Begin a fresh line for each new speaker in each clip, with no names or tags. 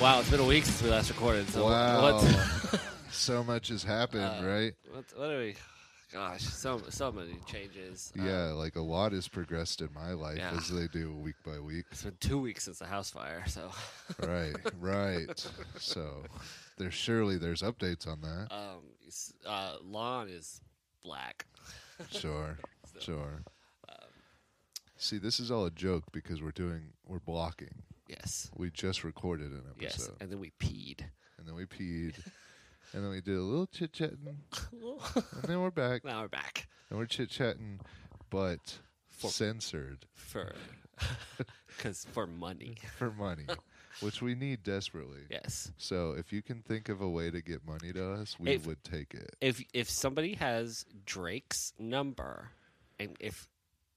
Wow, it's been a week since we last recorded. So
Wow.
What,
so much has happened,
Uh,
right?
what, what are we? Gosh, so so many changes. Uh,
Yeah, like a lot has progressed in my life
yeah.
as they do week by week.
it's been two weeks since the house fire. So,
right, right. So there's surely there's updates on that.
um, it's- uh, lawn is black.
Sure,
So,
sure.
um,
See, this is all a joke because we're doing we're blocking.
Yes.
We just recorded an
Yes.
episode,
And then we peed.
and then we peed, and then we did a little chit chatting, and then we're back,
now we're back
and we're chit chatting, but
For-
censored
for because for money.
for money, which we need desperately.
Yes.
So if you can think of a way to get money to us, we
If-
would take it.
If if somebody has Drake's number, and if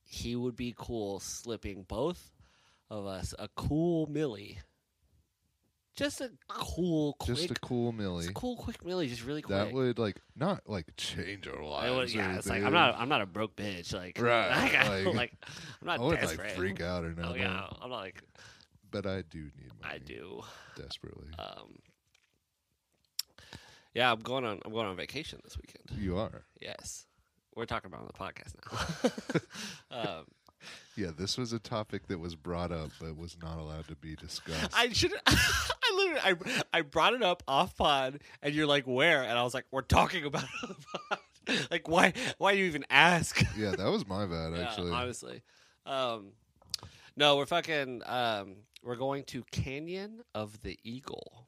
he would be cool slipping both of us a cool millie, just a cool quick,
Just a cool
just
millie.
a cool quick millie, just really quick.
That would like not like change our
I
lives.
would-
or
yeah, it's like I'm
anything.
not I'm not a broke bitch. Like
Right,
like, I,
like-
like I'm
I
not
would
desperate.
like freak out or
oh
nothing.
yeah, I'm not like
But I do need money.
I do.
desperately.
Um, yeah, I'm going on. I'm going on vacation this weekend.
You are.
Yes, we're talking about it on the podcast now. um,
Yeah, this was a topic that was brought up but was not allowed to be discussed.
I should. I literally. I, I brought it up off pod, and you're like, "Where?" And I was like, "We're talking about it on the pod." like, why? Why do you even ask?
yeah, that was my bad
Yeah,
actually.
honestly, um, no, we're fucking. Um, we're going to Canyon of the Eagle.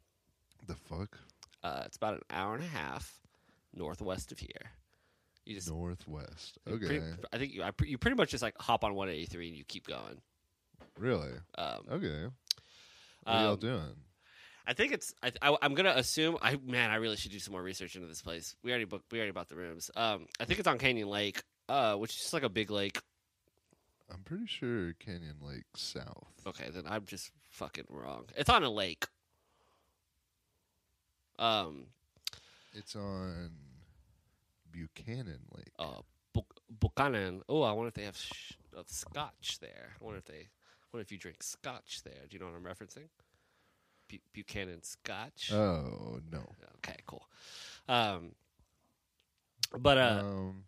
the fuck?
Uh, it's about an hour and a half northwest of here. You just
Northwest.
You
Okay.
pretty- I think you, I, pre- you pretty much just like hop on 183 and you keep going.
really?
Um,
Okay. What are y'all
um,
doing?
I think it's. I, I, am gonna assume. I man, I really should do some more research into this place. We already booked. We already bought the rooms. Um, I think it's on Canyon Lake, uh, which is just like a big lake.
I'm pretty sure Canyon Lake South.
Okay, then I'm just fucking wrong. It's on a lake. Um,
It's on Buchanan Lake.
uh, Bu- Buchanan. Oh, I wonder if they have sh- of scotch there. I wonder if they. I wonder if you drink scotch there. Do you know what I'm referencing? Bu- Buchanan scotch.
Oh no.
Okay, cool. Um, but uh,
um,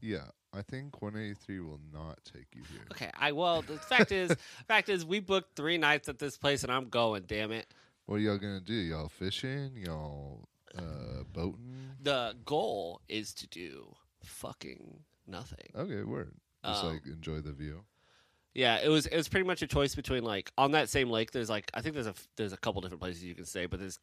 yeah, I think 183 will not take you here.
okay, I well, the fact is, fact is, we booked three nights at this place, and I'm going. Damn it!
What are y'all gonna do? Y'all fishing? Y'all uh, boating?
The goal is to do fucking nothing.
Okay, word. Just
Um,
like enjoy the view.
Yeah, it was it was pretty much a choice between like on that same lake. There's like I think there's a f- there's a couple different places you can stay, but there's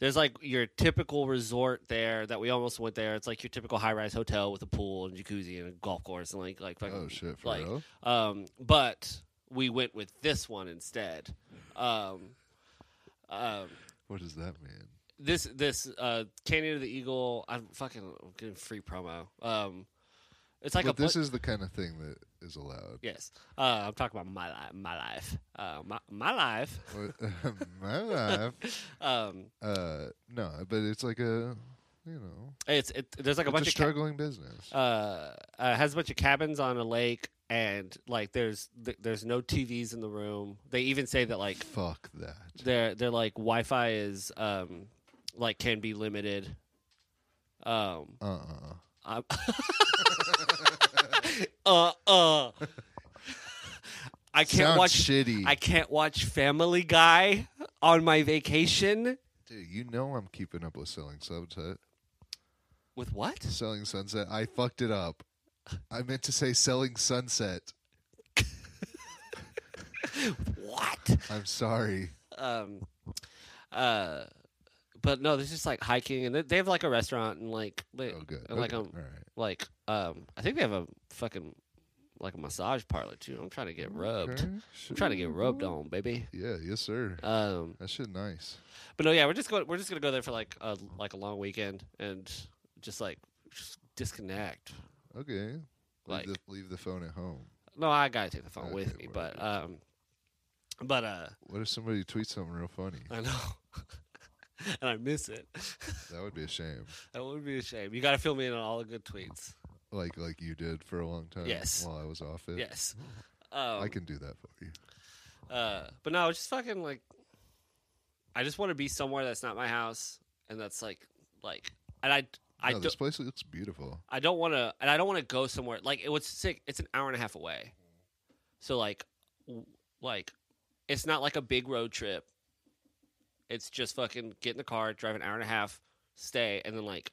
there's like your typical resort there that we almost went there. It's like your typical high rise hotel with a pool and jacuzzi and a golf course and like like fucking
Oh shit, for
like
real?
Um, but we went with this one instead. Um, um,
What does that mean?
this this uh, Canyon of the Eagle. I'm fucking I'm getting free promo. Um, it's like
but
a
this is the kind of thing that is allowed.
yes. Uh, I'm talking about my life, my life, uh, my my life.
What- My life.
Um,
Uh, no, but it's like a, you know,
it's it, there's like a
it's a
bunch of ca-
struggling business.
uh, uh, has a bunch of cabins on a lake, and like there's th- there's no TVs in the room. They even say that like
Fuck that.
they're they're like Wi-Fi is um like can be limited. Um,
Uh uh-uh.
I'm uh uh. I can't
Sounds
watch.
shitty.
I can't watch Family Guy on my vacation.
Dude, you know I'm keeping up with selling sunset.
With what?
Selling sunset. I fucked it up. I meant to say selling sunset.
What?
I'm sorry.
Um, uh, but no, there's just like hiking, and they- they have like a restaurant, and like they,
Oh, good.
and, like
Okay.
a
All right.
like um, I think they have a fucking like a massage parlor too. I'm trying to get rubbed.
Okay,
I'm trying to get
sure.
rubbed on, baby.
Yeah, yes, sir.
Um,
That shit nice.
But no, yeah, we're just going. We're just gonna go there for like a like a long weekend and just like just disconnect.
Okay.
Like-
leave, the, leave the phone at home.
No, I gotta take the phone
Okay,
with me,
word,
but um, but uh,
What if somebody tweets something real funny?
I know, and I miss it.
That would be a shame.
that would be a shame. You gotta fill me in on all the good tweets.
Like like you did for a long time.
Yes.
While I was off it.
Yes. Um,
I can do that for you.
Uh, but no, it's just fucking like I just want to be somewhere that's not my house, and that's like like, and I I
no,
don't
this place looks beautiful.
I don't want to, and I don't want to go somewhere like it was sick. It's an hour and a half away, so like, w- like, it's not like a big road trip. It's just fucking get in the car, drive an hour and a half, stay, and then like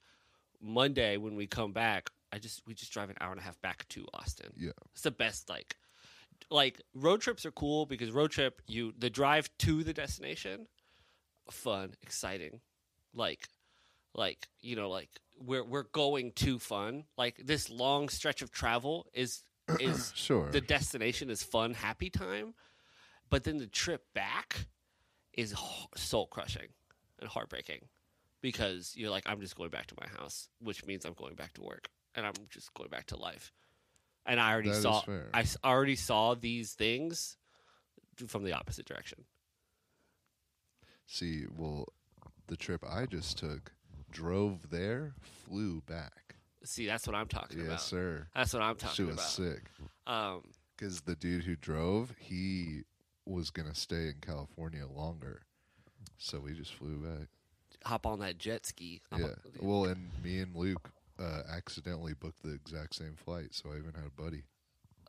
Monday when we come back, I just we just drive an hour and a half back to Austin.
Yeah.
it's the best. Like, like road trips are cool because road trip you the drive to the destination, fun, exciting, like like you know like we're we're going to fun like this long stretch of travel is is
Sure.
the destination is fun happy time but then the trip back is soul crushing and heartbreaking because you're like i'm just going back to my house which means i'm going back to work and i'm just going back to life and i already
That is
saw
fair.
i s- already saw these things from the opposite direction
See, well, the trip I just took drove there, flew back.
see that's what i'm talking
yes,
about
sir.
that's what i'm
she
talking
was
about
sick
um
because the dude who drove, he was gonna stay in California longer, so we just flew back.
hop on that jet ski. I'm
Yeah.
like,
Well, and me and Luke uh, accidentally booked the exact same flight, so I even had a buddy.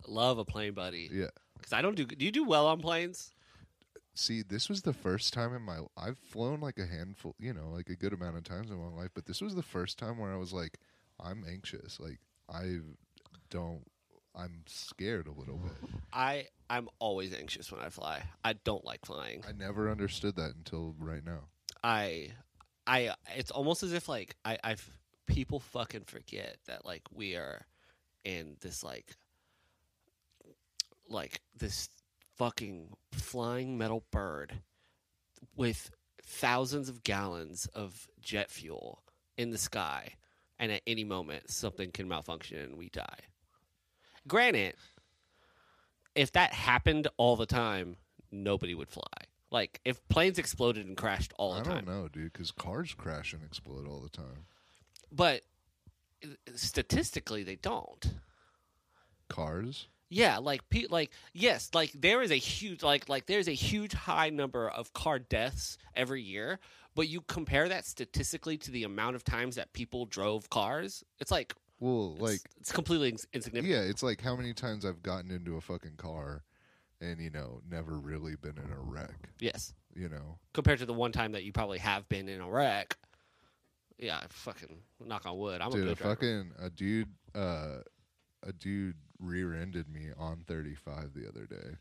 love a plane buddy
Yeah.
because I don't do. Do you do well on planes?
See, this was the first time in my I've flown like a handful, you know, like a good amount of times in my life, but this was the first time where I was like, I'm anxious, like I don't, I'm scared a little bit.
I I'm always anxious when I fly. I don't like flying.
I never understood that until right now.
I I it's almost as if like I I've people fucking forget that like we are in this like like this fucking flying metal bird with thousands of gallons of jet fuel in the sky and at any moment something can malfunction and we die. Granted, if that happened all the time, nobody would fly. Like if planes exploded and crashed all the
I
time.
don't know, dude, because cars crash and explode all the time.
But statistically they don't.
Cars,
Yeah, like pe- like yes, like there is a huge like like there's a huge high number of car deaths every year, but you compare that statistically to the amount of times that people drove cars, it's like
well,
it's-
like
it's, completely ins- insignificant.
yeah, it's like how many times I've gotten into a fucking car, and you know, never really been in a wreck,
Yes,
you know.
compared to the one time that you probably have been in a wreck. Yeah, fucking knock on wood. I'm
dude,
a
a,
good driver.
fucking a dude, uh, a dude rear-ended me on 35 the other day.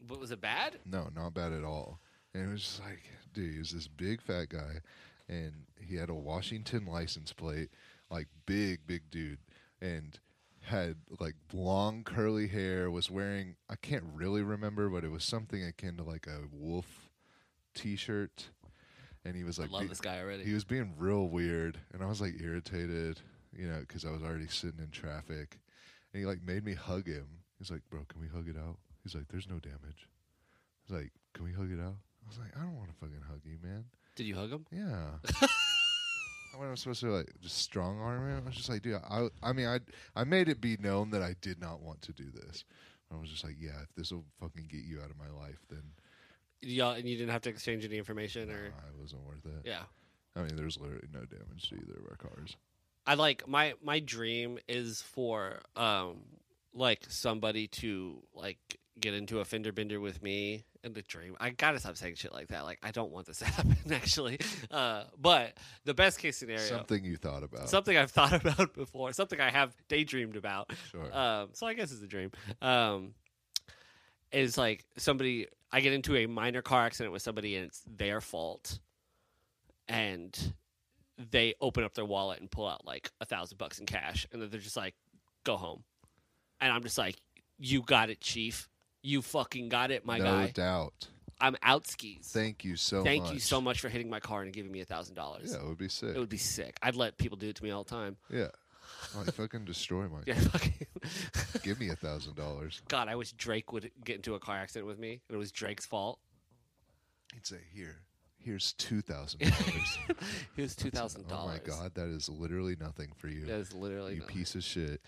But was it bad?
No, not bad at all. And it was just like, dude, he was this big fat guy, and he had a Washington license plate, like big, big dude, and had like blonde curly hair. Was wearing I can't really remember, but it was something akin to like a wolf T-shirt, and he was like,
I love
be-
this guy already.
he was being real weird, and I was like irritated, you know, because I was already sitting in traffic. And he like made me hug him. He's like, "Bro, can we hug it out?" He's like, "There's no damage." He's like, "Can we hug it out?" I was like, "I don't want to fucking hug you, man."
Did you hug him?
Yeah. when I was supposed to like just strong arm him, I was just like, "Dude, I, I mean, I, I made it be known that I did not want to do this." I was just like, "Yeah, if this will fucking get you out of my life, then
Y'all, and you didn't have to exchange any information
uh,
or
it wasn't worth it."
yeah.
I mean, there's literally no damage to either of our cars.
I like my my dream is for um like somebody to like get into a fender bender with me in the dream. I gotta stop saying shit like that. Like I don't want this to happen actually. Uh but the best case scenario
Something you thought about.
something I've thought about before, something I have daydreamed about.
Sure.
Um, so I guess it's a dream. Um, is like somebody I get into a minor car accident with somebody and it's their fault, and they open up their wallet and pull out like a thousand bucks in cash, and then they're just like, "Go home," and I'm just like, "You got it, chief. You fucking got it, my
no
guy.
doubt.
I'm out skis.
Thank you so
Thank
much.
you so much for hitting my car and giving me a thousand dollars.
Yeah, it would be sick.
It would be sick. I'd let people do it to me all the time.
yeah. Like fucking destroy my
Yeah, fucking.
give me a thousand dollars.
God, I wish Drake would get into a car accident with me, and it was Drake's fault.
He'd say, Here, here's two thousand dollars.
It was two thousand
Oh my
dollars.
god, that is literally nothing for you.
that is literally
you
nothing.
piece of shit.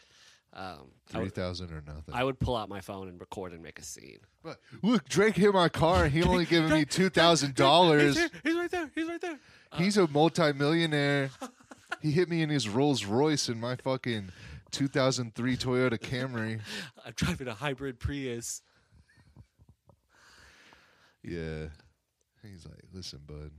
Um, I
Three
would,
thousand or nothing.
I would pull out my phone and record and make a scene.
But, Look, Drake hit my car, and he only giving me two thousand dollars.
He's, here, he's right there. He's right there.
He's a multimillionaire. He hit me in his Rolls Royce in my fucking 2003 Toyota Camry.
I'm driving a hybrid Prius.
Yeah. He's like, listen, bud,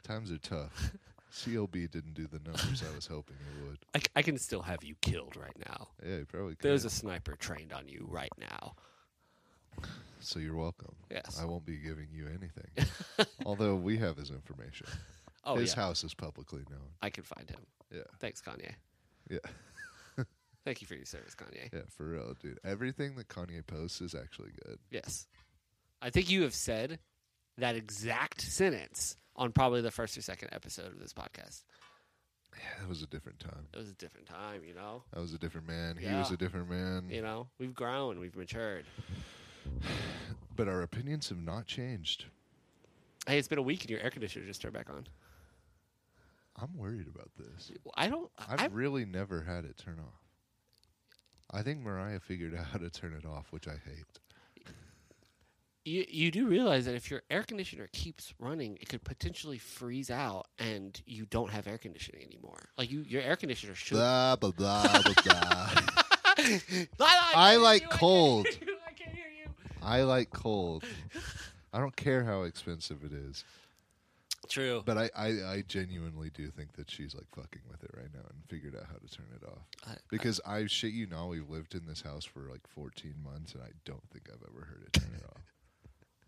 times are tough. CLB didn't do the numbers I was hoping it would.
I, c- I can still have you killed right now.
Yeah, he probably could.
There's a sniper trained on you right now.
so you're welcome.
Yes.
I won't be giving you anything. Although we have his information.
Oh
his
yeah,
house is publicly known.
I can find him.
Yeah.
Thanks, Kanye.
Yeah.
Thank you for your service, Kanye.
Yeah, for real, dude. Everything that Kanye posts is actually good.
Yes, I think you have said that exact sentence on probably the first or second episode of this podcast.
Yeah, that was a different time.
It was a different time, you know.
That was a different man. He was
Yeah.
a different man.
You know, we've grown, we've matured.
But our opinions have not changed.
Hey, it's been a week and your air conditioner just turned back on.
I'm worried about this.
I don't.
I've
I,
really never had it turn off. I think Mariah figured out how to turn it off, which I hate.
you you do realize that if your air conditioner keeps running, it could potentially freeze out, and you don't have air conditioning anymore. Like you, your air conditioner should.
Blah blah blah blah blah.
I,
I like cold.
I can't hear you.
I like cold. I don't care how expensive it is.
True.
But I, I, I genuinely do think that she's like fucking with it right now and figured out how to turn it off.
I-
Because I, shit you not, we've lived in this house for like 14 months and I don't think I've ever heard it turn it off.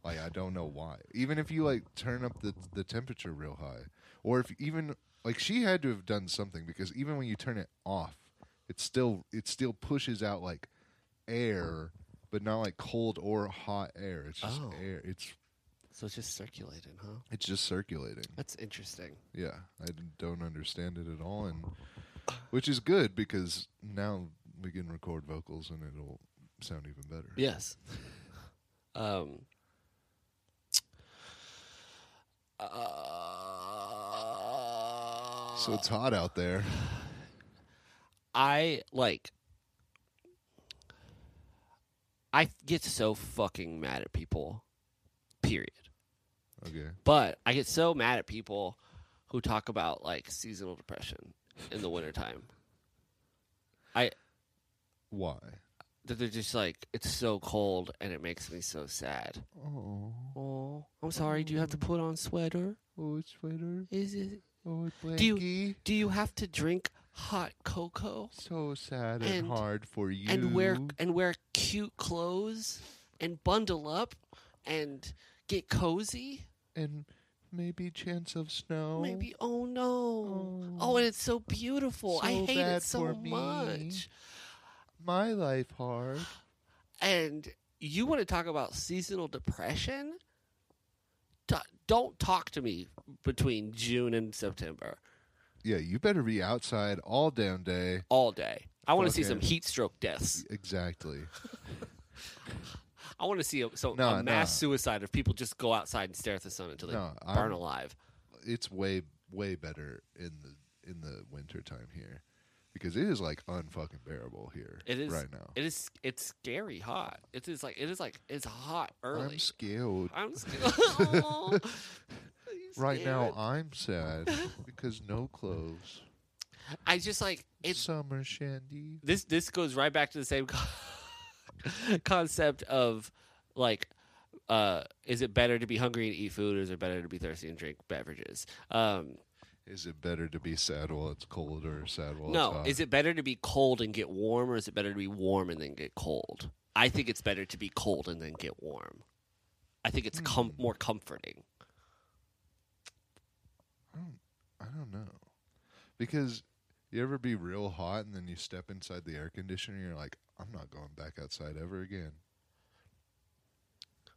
Like I don't know why. Even if you like turn up the the temperature real high, or if even like she had to have done something because even when you turn it off, it still it still pushes out like air, but not like cold or hot air. It's just
Oh.
air. It's
So it's just circulating, huh?
it's just circulating.
That's interesting.
Yeah, I d- don't understand it at all, and which is good because now we can record vocals and it'll sound even better.
Yes. Um. Uh,
So it's hot out there.
I like. I get so fucking mad at people, period.
Okay.
But I get so mad at people who talk about like seasonal depression in the wintertime.
Why?
That they're just like, it's so cold and it makes me so sad.
Oh,
Oh, I'm sorry. Do you have to put on sweater?
oh, it's sweater.
Is it?
Oh, it's
Do you- Do you have to drink hot cocoa
So sad
and And-
hard for you.
and wear and wear cute clothes and bundle up and get cozy?
and maybe chance of snow.
Maybe. Oh no. Oh,
Oh.
and it's so beautiful. I
So
hate
bad
it so
for me.
much.
my life hard.
And you want to talk about seasonal depression? Do- Don't talk to me between June and September
Yeah, you better be outside all damn day.
all day. I want to see
Okay.
some heat stroke deaths.
Exactly.
I want to see a, so
No,
a mass
no.
suicide of people just go outside and stare at the sun until they
No,
burn
I'm-
alive.
it's way way better in the in the winter time here because it is like unfucking bearable here
It is-
right now
It is it's scary hot. It is like it is like it's hot
i'm
early.
scared
I'm, scared. Aw. Are you
right now
scared?
i'm sad because no clothes
I just like it's
summer shandy
this this goes right back to the same con- concept of like uh is it better to be hungry and eat food or is it better to be thirsty and drink beverages um
is it better to be sad while it's cold or sad while
no
it's uh, hot
is it better to be cold and get warm or is it better to be warm and then get cold i think it's better to be cold and then get warm i think it's com-
Hmm.
more comforting
i don't know because you ever be real hot and then you step inside the air conditioner and you're like i'm not going back outside ever again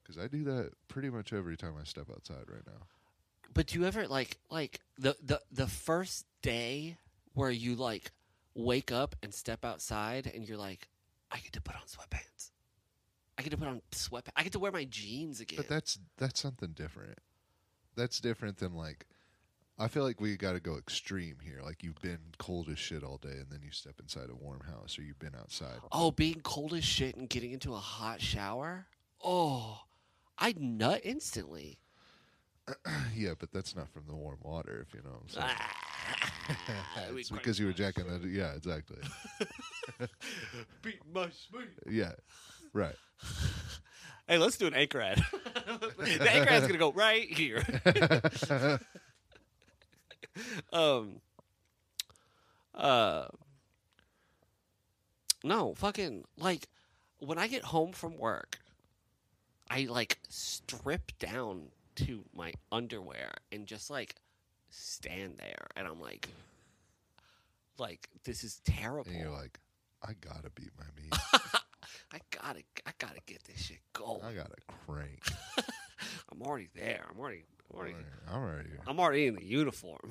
because i do that pretty much every time i step outside right now
but do you ever like like the the the first day where you like wake up and step outside and you're like i get to put on sweatpants i get to put on sweatpants i get to wear my jeans again
But that's that's something different. That's different than like I feel like we got to go extreme here. Like you've been cold as shit all day, and then you step inside a warm house, or you've been outside.
Oh, being cold as shit and getting into a hot shower. Oh, I'd nut instantly. Oh.
yeah, but that's not from the warm water, if you know what I'm saying.
Ah, we
it's
crack
because you were
nuts.
jacking it. Yeah, exactly.
Beat my sweet.
yeah, right.
Hey, let's do an anchor ad. the anchor ad's gonna go right here. um. Uh. No, fucking like when I get home from work, I like strip down to my underwear and just like stand there, and I'm like, like this is terrible.
and you're like, I gotta beat my meat.
I gotta, I gotta get this shit going.
I gotta crank.
I'm already there. I'm already, I'm already,
I'm already.
I'm already in the uniform.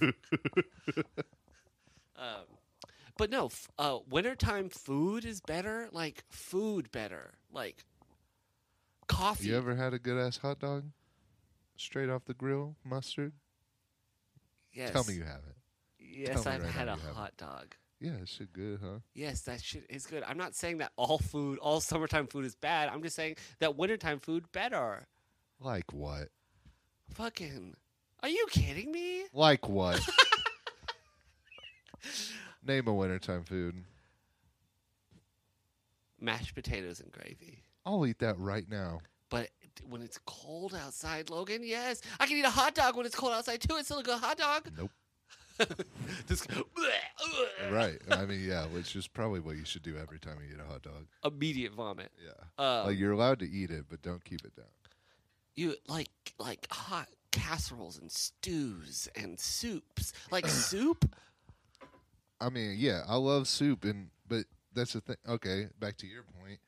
um, but no, f- uh, wintertime food is better. Like food better. Like coffee.
You ever had a good ass hot dog? Straight off the grill, mustard.
yes.
Tell me you haven't.
Yes,
tell me
I've
right
had
now
a
you haven't.
hot dog.
Yeah, it's shit good, huh?
Yes, that shit is good. I'm not saying that all food, all summertime food is bad. I'm just saying that wintertime food better.
Like what?
Fucking. Are you kidding me?
Like what? Name a wintertime food.
Mashed potatoes and gravy.
I'll eat that right now.
But when it's cold outside, Logan, yes, I can eat a hot dog when it's cold outside too. It's still a good hot dog.
Nope.
Just bleh,
Right. I mean, yeah, which is probably what you should do every time you eat a hot dog.
immediate vomit.
Yeah. Um,
Uh,
Like you're allowed to eat it, but don't keep it down.
you like like hot casseroles and stews and soups. Like soup,
I mean, yeah, I love soup, and but that's the thing. Okay, back to your point.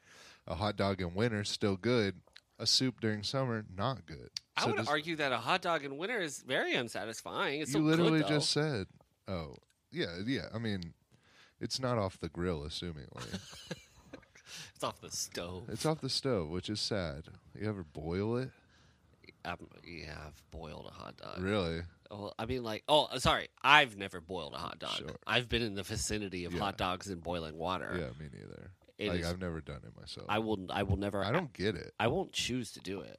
A hot dog in winter still good. A soup during summer not good.
I
So
would
does-
argue that a hot dog in winter is very unsatisfying. It's
you
so
literally
good, though.
just said, "Oh, yeah, yeah." I mean, it's not off the grill, assumingly.
it's off the stove.
it's off the stove, which is sad. You ever boil it?
i yeah, I've boiled a hot dog.
really?
Well, I mean, like, oh, sorry, I've never boiled a hot dog.
Sure.
I've been in the vicinity of
Yeah.
hot dogs in boiling water.
Yeah, me neither.
er, It
like
is-
I've never done it myself.
I will. I will never.
I don't get it.
I won't choose to do it.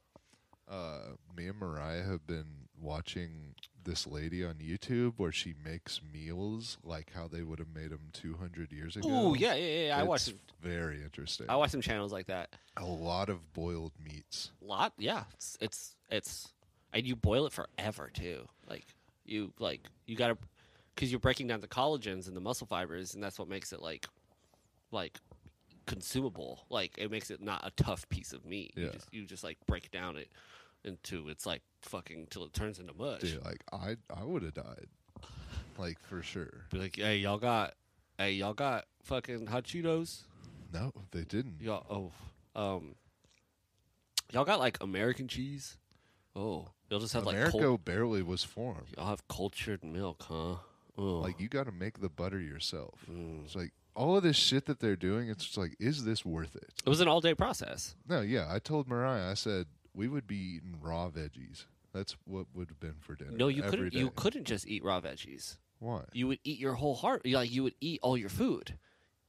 uh, me and Mariah have been watching this lady on YouTube where she makes meals like how they would have made them 200 years ago.
Oh yeah, yeah, yeah. yeah. I
It's
watch. Some,
Very interesting.
I watch some channels like that.
a lot of boiled meats.
Lot. Yeah. It's it's it's, and you boil it forever too. Like you like you gotta, because you're breaking down the collagens and the muscle fibers, and that's what makes it like, like, consumable. Like it makes it not a tough piece of meat. You
Yeah.
just you just like break down it into it's like fucking till it turns into mush.
Dude, like I, I would have died, like for sure.
Be like, hey, y'all got, hey, y'all got fucking hot Cheetos.
No, they didn't.
Y'all, oh, um, y'all got like American cheese. Oh, y'all just have like
America
cult-
barely was formed.
y'all have cultured milk, huh? Oh,
Like you got to make the butter yourself.
mm.
It's like all of this shit that they're doing. It's just like, is this worth it?
it was an all-day process.
No, yeah, I told Mariah. I said we would be eating raw veggies. That's what would have been for dinner.
No, you
every
couldn't. You
day.
couldn't just eat raw veggies.
Why?
You would eat your whole heart. you- Like you would eat all your food.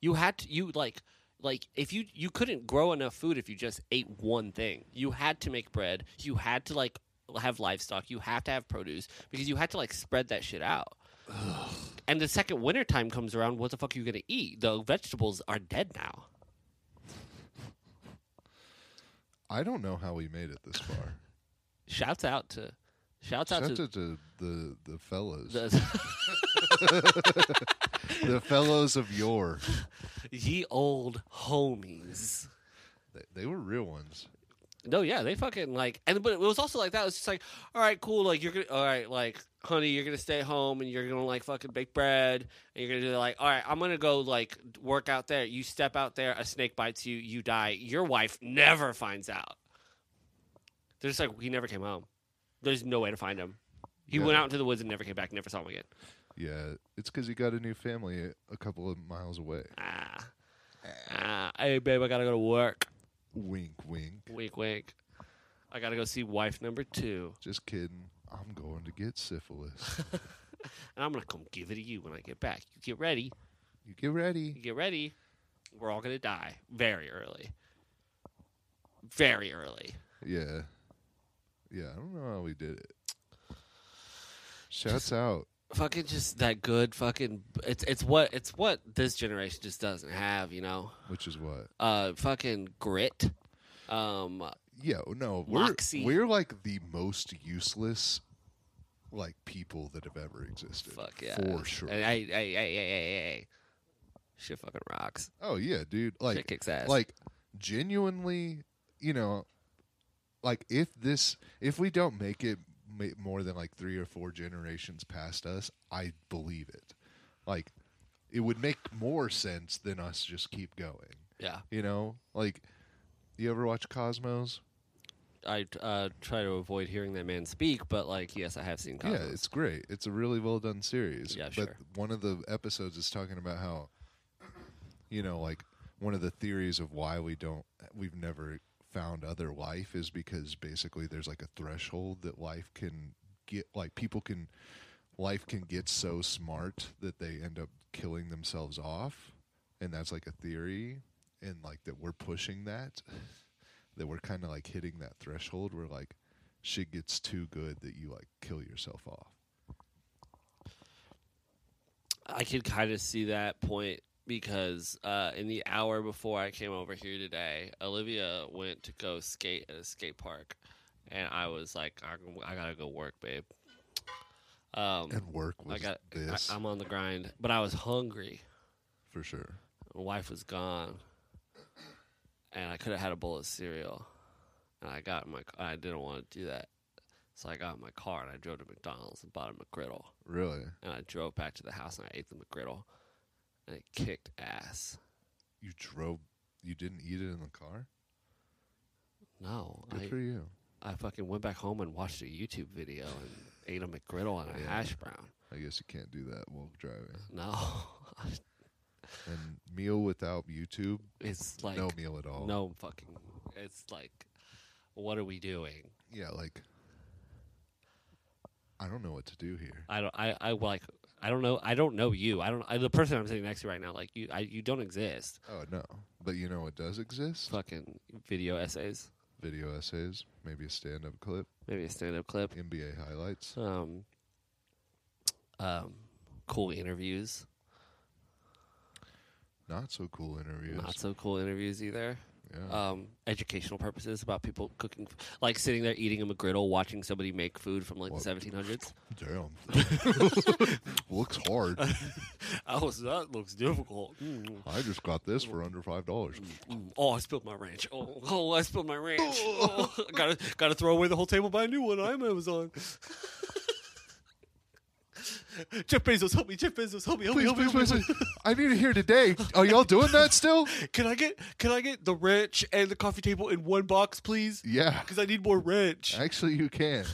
You had to. You like. Like if you you couldn't grow enough food if you just ate one thing. You had to make bread. You had to like have livestock. You have to have produce because you had to like spread that shit out. And the second winter time comes around, what the fuck are you gonna eat? The vegetables are dead now.
I don't know how we made it this far.
Shouts out to, shouts out
Shout out
to,
to, the the fellows, the,
the
fellows of yore.
ye old homies.
They, they were real ones.
No, yeah, they fucking like, and but it was also like that. It was just like, all right, cool, like you're gonna, all right, like honey, you're gonna stay home and you're gonna like fucking bake bread and you're gonna do like, all right, I'm gonna go like work out there. You step out there, a snake bites you, you die. Your wife never finds out. They're just like, he never came home. There's no way to find him. He
Yeah.
went out into the woods and never came back. Never saw him again.
Yeah, it's because he got a new family a, a couple of miles away.
Ah, ah, hey babe, I gotta go to work.
Wink, wink.
Wink, wink. I gotta go see wife number two.
Just kidding. I'm going to get syphilis.
and I'm gonna come give it to you when I get back. You get ready.
you get ready.
You get ready. We're all gonna die very early. Very early.
Yeah. Yeah, I don't know how we did it. Shouts out.
Fucking just that good fucking. It's it's what it's what this generation just doesn't have. You know.
Which is what?
Uh, fucking grit. Um,
Yeah, no, we're
Moxie.
we're like the most useless like people that have ever existed.
fuck yeah.
For sure.
And hey, hey, hey, hey, hey, hey. Shit fucking rocks.
oh yeah, dude. Like
Shit kicks ass.
like genuinely you know like if this if we don't make it ma- more than like three or four generations past us i believe it like it would make more sense than us just keep going
yeah.
you know like you ever watch cosmos
I uh, try to avoid hearing that man speak, but like, yes, I have seen Cosmos.
yeah it's great it's a really well done series
Yeah,
but
sure.
one of the episodes is talking about how you know like one of the theories of why we don't we've never found other life is because basically there's like a threshold that life can get like people can life can get so smart that they end up killing themselves off and that's like a theory and like that we're pushing that that we're kind of like hitting that threshold where like shit gets too good that you like kill yourself off
I could kind of see that point because uh, in the hour before I came over here today, Olivia went to go skate at a skate park, and I was like, I, I gotta go work, babe. Um,
and work was
I got,
this
I, I'm on the grind, but I was hungry.
for sure
My wife was gone, and I could have had a bowl of cereal, and I got in my. I didn't want to do that, so I got in my car and I drove to McDonald's and bought a McGriddle
really
and I drove back to the house and I ate the McGriddle, and it kicked ass.
you drove you didn't eat it in the car
No,
good for you
I, I fucking went back home and watched a YouTube video and ate a McGriddle and a
Yeah.
hash brown.
i guess you can't do that while driving
No,
and meal without youtube
it's like
no meal at all
no fucking. It's like, what are we doing?
yeah like i don't know what to do here
I don't. I, I like. I don't know. I don't know you. I don't. I, the person I'm sitting next to right now, like you, I, you don't exist.
oh no but you know what does exist
Fucking video essays,
video essays maybe a stand-up clip
maybe a stand-up clip,
nba highlights
um, um, cool interviews.
not so cool interviews
not so cool interviews either.
yeah
Um, educational purposes about people cooking, f- like sitting there eating a McGriddle, watching somebody make food from like
What?
the 1700s.
Damn. Looks hard.
Oh, so that looks difficult. Mm.
I just got this for under five dollars.
Oh, I spilled my ranch. Oh, oh I spilled my ranch. Oh, gotta, gotta throw away the whole table, buy a new one. I'm Amazon. Jeff Bezos, help me. Jeff Bezos, help me. Help
Please,
me.
please,
Help
please,
me.
please. I need it here today. Are y'all doing that still?
Can I get, can I get the ranch and the coffee table in one box, please?
Yeah.
Because I need more ranch.
Actually, you can.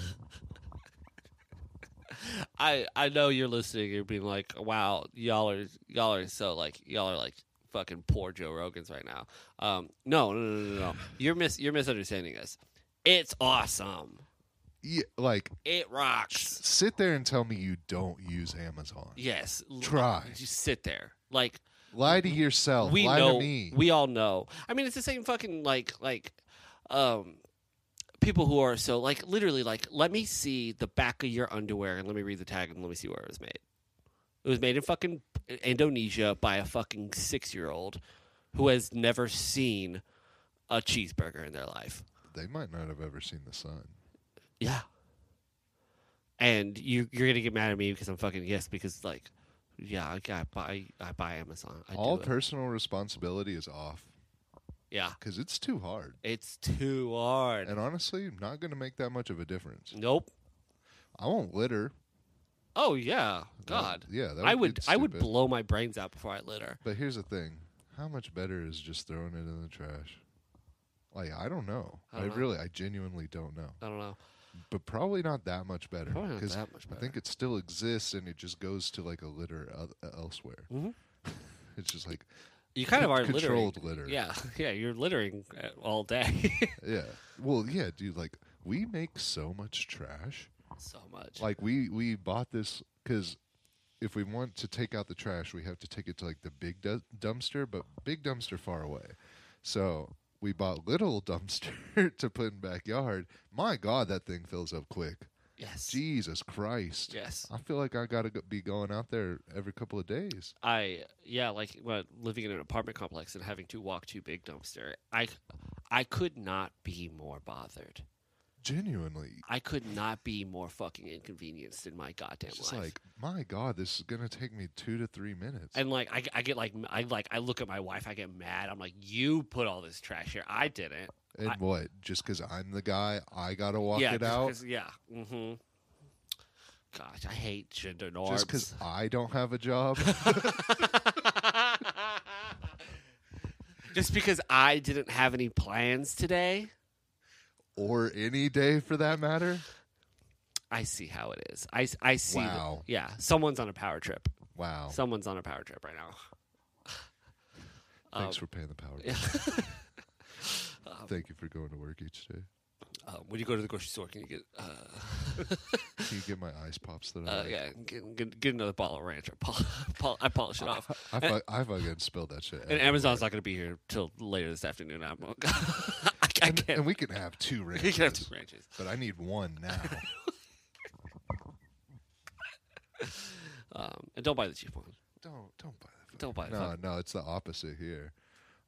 I I know you're listening. You're being like, wow, y'all are y'all are so like y'all are like fucking poor Joe Rogans right now. Um, no, no, no, no, no, no. You're mis you're misunderstanding us. It's awesome.
Yeah, like,
It
s-
rocks.
sit there and tell me you don't use Amazon.
Yes. L-
Try.
Just sit there. Like
Lie to yourself.
we
Lie
know.
Oh, to me.
We all know. I mean, it's the same fucking like like, um. People who are so like literally like let me see the back of your underwear and let me read the tag and let me see where it was made. It was made in fucking Indonesia by a fucking six year old who has never seen a cheeseburger in their life.
they might not have ever seen the sun.
Yeah. And you you're gonna get mad at me because I'm fucking yes because like yeah I, I buy I buy Amazon I
All
do it.
personal responsibility is off
yeah
because it's too hard.
it's too hard
And honestly, not going to make that much of a difference.
nope
I won't litter.
oh yeah
That-
God
yeah. That
I
would
would
get
I would
stupid.
blow my brains out before I litter
But here's the thing: how much better is just throwing it in the trash? Like I don't know.
I
I,
don't know.
really, I genuinely don't know.
I don't know
But probably not that much better
Probably not
because
that much
I
better.
think it still exists and it just goes to like a litter el- elsewhere.
Mhm.
it's just like
you kind of
con-
are littering
controlled litter.
yeah yeah you're littering uh, all day
yeah. Well, yeah, dude. Like we make so much trash.
so much.
Like we we bought this because if we want to take out the trash, we have to take it to like the big du- dumpster, but big dumpster far away. So we bought little dumpster to put in backyard. My God, that thing fills up quick.
yes.
Jesus Christ.
Yes.
I feel like I gotta go- be going out there every couple of days.
I yeah, like when living in an apartment complex and having to walk to big dumpster. I I could not be more bothered.
Genuinely,
I could not be more fucking inconvenienced in my goddamn
it's just
life.
like my God, this is gonna take me two to three minutes.
and like I, I get like I like I look at my wife, I get mad. I'm like, you put all this trash here. I didn't.
and
I-
what? Just because I'm the guy, I gotta walk
yeah,
it
'cause-
out.
'cause- yeah. Mm-hmm. Gosh, I hate gender norms.
Just because I don't have a job.
Just because I didn't have any plans today,
or any day for that matter.
I see how it is. I, s- I see. that-
Wow. Oh.
yeah, someone's on a power trip.
Wow.
Someone's on a power trip right now.
Thanks
Um,
for paying the power.
yeah.
bill. Thank you for going to work each day.
um, when you go to the grocery store, can you get uh,
Can you get my ice pops that I
uh,
like?
yeah, get, get, get another bottle of ranch? or pol- pol- I polish
Uh,
it off.
I, fu- I fucking spilled that shit.
And
everywhere.
Amazon's not going to be here till later this afternoon. I'm, I, I
And,
can't.
and we can have two
we
ranches,
can have two ranches.
but I need one now.
Um, and don't buy the cheap one.
don't don't buy that.
Don't buy
fucking-
the
No, no, it's the opposite here.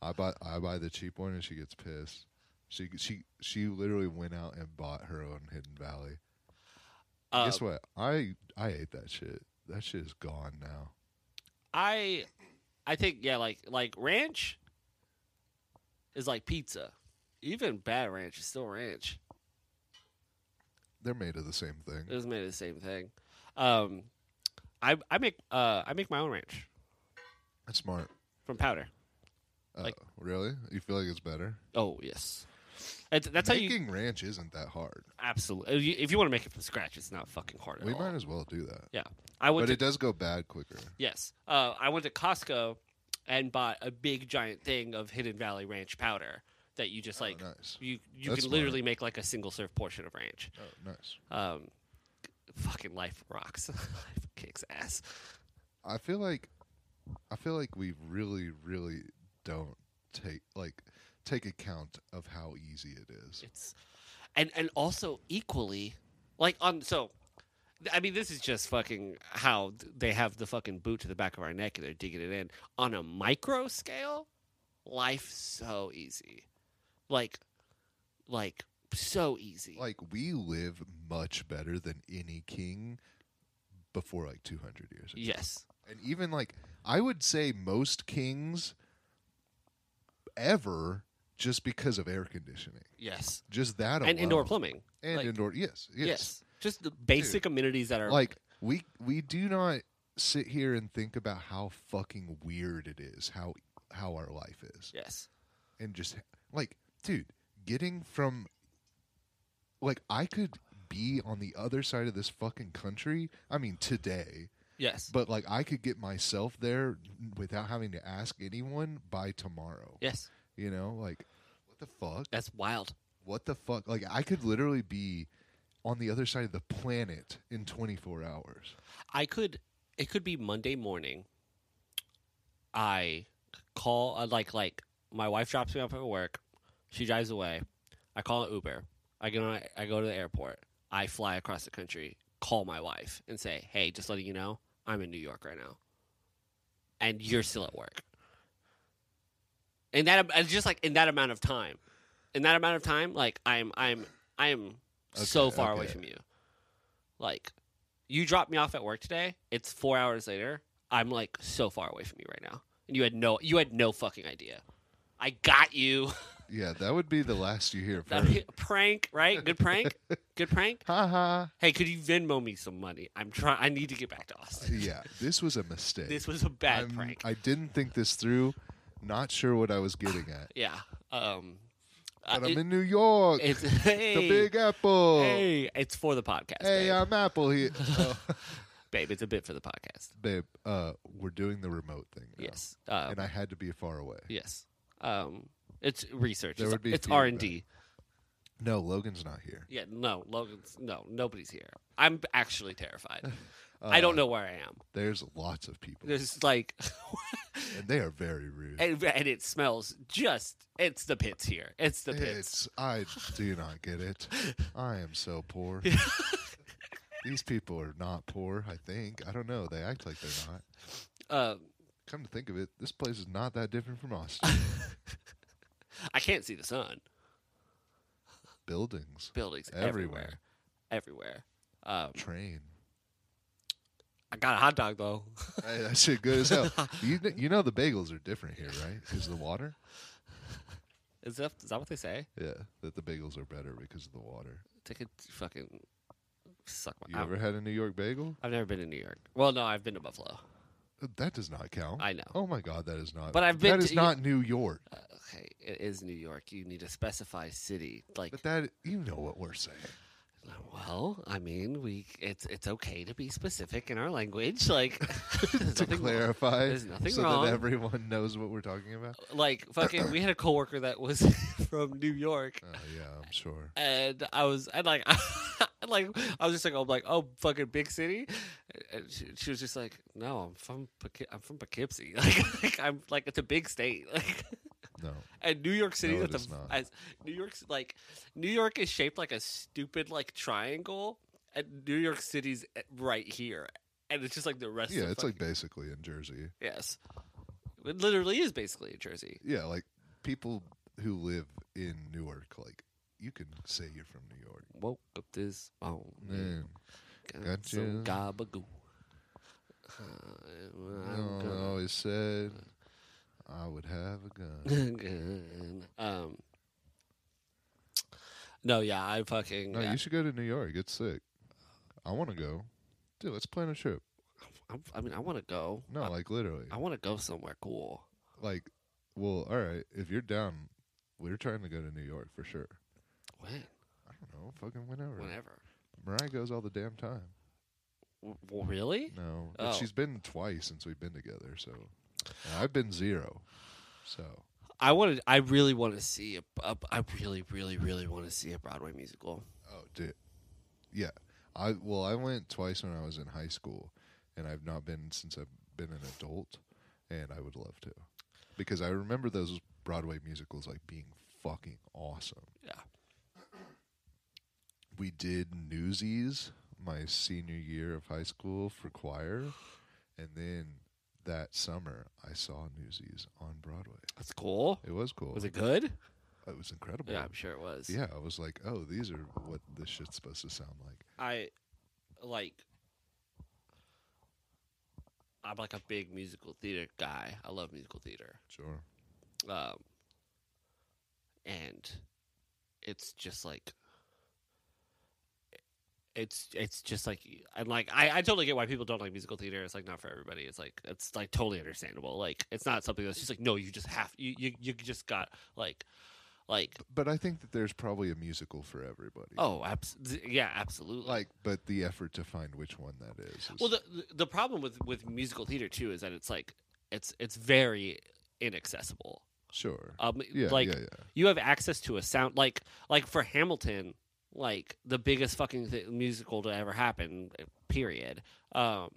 I buy I buy the cheap one, and she gets pissed. She she she literally went out and bought her own Hidden Valley.
Uh,
Guess what? I I ate that shit. That shit is gone now.
I, I think yeah, like like ranch is like pizza. Even bad ranch is still ranch.
They're made of the same
It
thing.
was made of the same thing. Um, I I make uh I make my own ranch
That's smart.
from powder.
Uh,
Like-
really? You feel like it's better?
Oh yes, that's, that's how you
Making ranch isn't that hard.
absolutely. If you want to make it from scratch, it's not fucking hard at
We
all.
might as well do that.
yeah, I went
But
to
it does go bad quicker.
Yes. Uh, I went to Costco and bought a big giant thing of Hidden Valley Ranch powder that you just like
nice.
you you
Oh, That's
can literally make like a single serve portion of ranch.
Oh, nice.
Um, fucking life rocks. life kicks ass.
I feel like I feel like we really, really don't take like take account of how easy it is.
It's and and also equally like on so th- I mean this is just fucking how th- they have the fucking boot to the back of our neck and they're digging it in on a micro scale life so easy like like so easy
Like we live much better than any king before like 200 years ago.
yes
And even like I would say most kings ever just because of air conditioning.
yes
Just that alone.
and indoor plumbing
And
Like-
indoor yes, yes.
yes. just the basic amenities that are
like we we do not sit here and think about how fucking weird it is how how our life is
yes
and just like dude getting from like i could be on the other side of this fucking country i mean today
yes
but like i could get myself there without having to ask anyone by tomorrow
yes
you know like what the fuck
that's wild
what the fuck like i could literally be on the other side of the planet in 24 hours
I could. It could be Monday morning. I call uh, like like my wife drops me off at work. She drives away. I call an Uber. I go on, I go to the airport. I fly across the country. Call my wife and say, "Hey, just letting you know, I'm in New York right now, and you're still at work." And that and just like in that amount of time, in that amount of time, like I'm I'm I'm so
Okay,
far away
okay.
from you. Like you dropped me off at work today. It's four hours later. I'm like so far away from you right now, and you had no you had no fucking idea. I got you.
Yeah, that would be the last you hear.
That'd
From.
be a prank, right? Good prank. Good prank.
ha ha.
Hey, could you Venmo me some money? I'm trying. I need to get back to Austin.
Yeah, this was a mistake.
This was a bad
I'm-
prank.
I didn't think this through. Not sure what I was getting at.
yeah. Um. uh,
But I'm
it-
in New York.
it's hey,
the Big Apple. Hey,
hey, it's for the podcast, babe.
I'm Apple here. Oh,
babe. It's a bit for the podcast.
babe, uh, we're doing the remote thing. now,
Yes. Um,
and I had to be far away.
yes. Um. It's research.
There
it's
would be
it's
feedback.
R and D.
No, Logan's not here.
Yeah, no, Logan's no, nobody's here. I'm actually terrified. I don't
Uh,
know where I am.
There's lots of people,
There's like,
and they are very rude.
and, and it smells just. It's the pits here. It's the pits.
It's I do not get it. I am so poor. These people are not poor. I think I don't know. They act like they're not.
Uh,
Come to think of it, this place is not that different from Austin.
I can't see the sun.
Buildings
Buildings everywhere, everywhere.
everywhere.
Um,
Train.
I got a hot dog though.
Hey, that shit good as hell. You, kn- you know the bagels are different here, right? Because of the water.
Is that is that what they say?
Yeah, that the bagels are better because of the water.
Take a fucking suck
You
my.
ever
I've,
had a New York bagel? Uh,
I've never been to New York. Well, no, I've been to Buffalo.
That does not count.
I know.
Oh my god, that is not.
But I've been
That
to-
is not New York.
Uh, okay, it is New York. You need to specify city. Like,
But that you know what we're saying.
well, I mean, we it's it's okay to be specific in our language. Like, there's
to
nothing wrong.
clarify,
There's nothing
so
wrong.
that everyone knows what we're talking about.
like fucking, we had a coworker that was from New York,
Oh yeah, I'm sure.
and I was and like. and, Like I was just like I'm like oh fucking big city, and she, she was just like no I'm from Poughke- I'm from Poughkeepsie like, like I'm like it's a big state like
No,
And New York City,
No, it
that's
is
a,
not.
as New York's like New York is shaped like a stupid like triangle, and New York City's at- right here, and it's just like the rest.
yeah,
of
it's like
fucking-
basically in Jersey.
yes, it literally is basically a Jersey.
Yeah, like people who live in Newark, like you can say you're from New York.
Woke up this morning,
Man,
got
gotcha.
some gabagoo. Uh,
no
I'm
one
gonna-
always said
Mm.
I would have a gun.
um, no, yeah, I fucking.
No,
yeah,
you should go to New York. It's sick. I want to go. Dude, let's plan a trip.
I'm- I mean, I want to go.
No,
I,
like literally.
I want to go somewhere cool.
Like, well, all right. If you're down, we're trying to go to New York for sure.
When?
I don't know. Fucking whenever.
Whenever.
Mariah goes all the damn time.
W- w- really?
No, but
Oh.
she's been twice since we've been together. So and I've been zero. So
I wanted. I really want to see. A, a, I really, really, really want to see a Broadway musical.
oh, dude, yeah. I well, I went twice when I was in high school, and I've not been since I've been an adult, and I would love to, because I remember those Broadway musicals like being fucking awesome.
Yeah.
We did Newsies my senior year of high school for choir, and then that summer I saw Newsies on Broadway.
That's cool.
It was cool.
Was it good?
It was incredible.
Yeah, I'm sure it was.
Yeah, I was like, oh, these are what this shit's supposed to sound like.
I like. I'm like a big musical theater guy. I love musical theater.
Sure.
um, and it's just like it's it's just like and like I, I totally get why people don't like musical theater it's like not for everybody it's like it's like totally understandable like it's not something that's just like no you just have you you, you just got like like
But I think that there's probably a musical for everybody.
oh abs- yeah absolutely
Like, but the effort to find which one that is. is-
well the the- the problem with with musical theater too is that it's like it's it's very inaccessible
sure.
um
Yeah,
like
yeah, yeah.
you have access to a sound like like for Hamilton, like the biggest fucking th- musical to ever happen. Period. Um,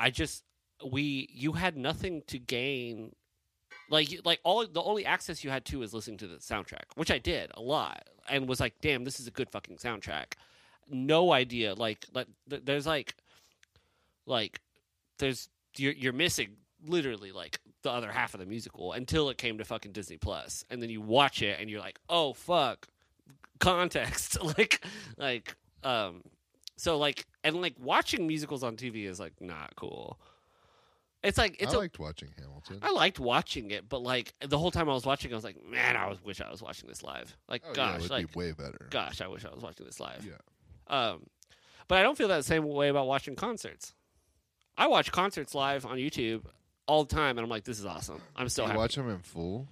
I just we you had nothing to gain, like you- like all the only access you had to is listening to the soundtrack, which I did a lot, and was like, damn, this is a good fucking soundtrack. No idea, like like th- there's like like there's you're, you're missing literally like the other half of the musical until it came to fucking Disney Plus, and then you watch it and you're like, oh fuck, context, like, like, um, so like, and like watching musicals on TV is like not cool. It's like it's
I
a-
liked watching Hamilton.
I liked watching it, but like the whole time I was watching, I was like, man, I was, wish I was watching this live. Like,
oh, yeah, it
gosh,
would
like,
be way better.
gosh, I wish I was watching this live.
Yeah.
Um, but I don't feel that same way about watching concerts. I watch concerts live on YouTube all the time, and I'm like, this is awesome. I'm so
you
happy.
watch them in full,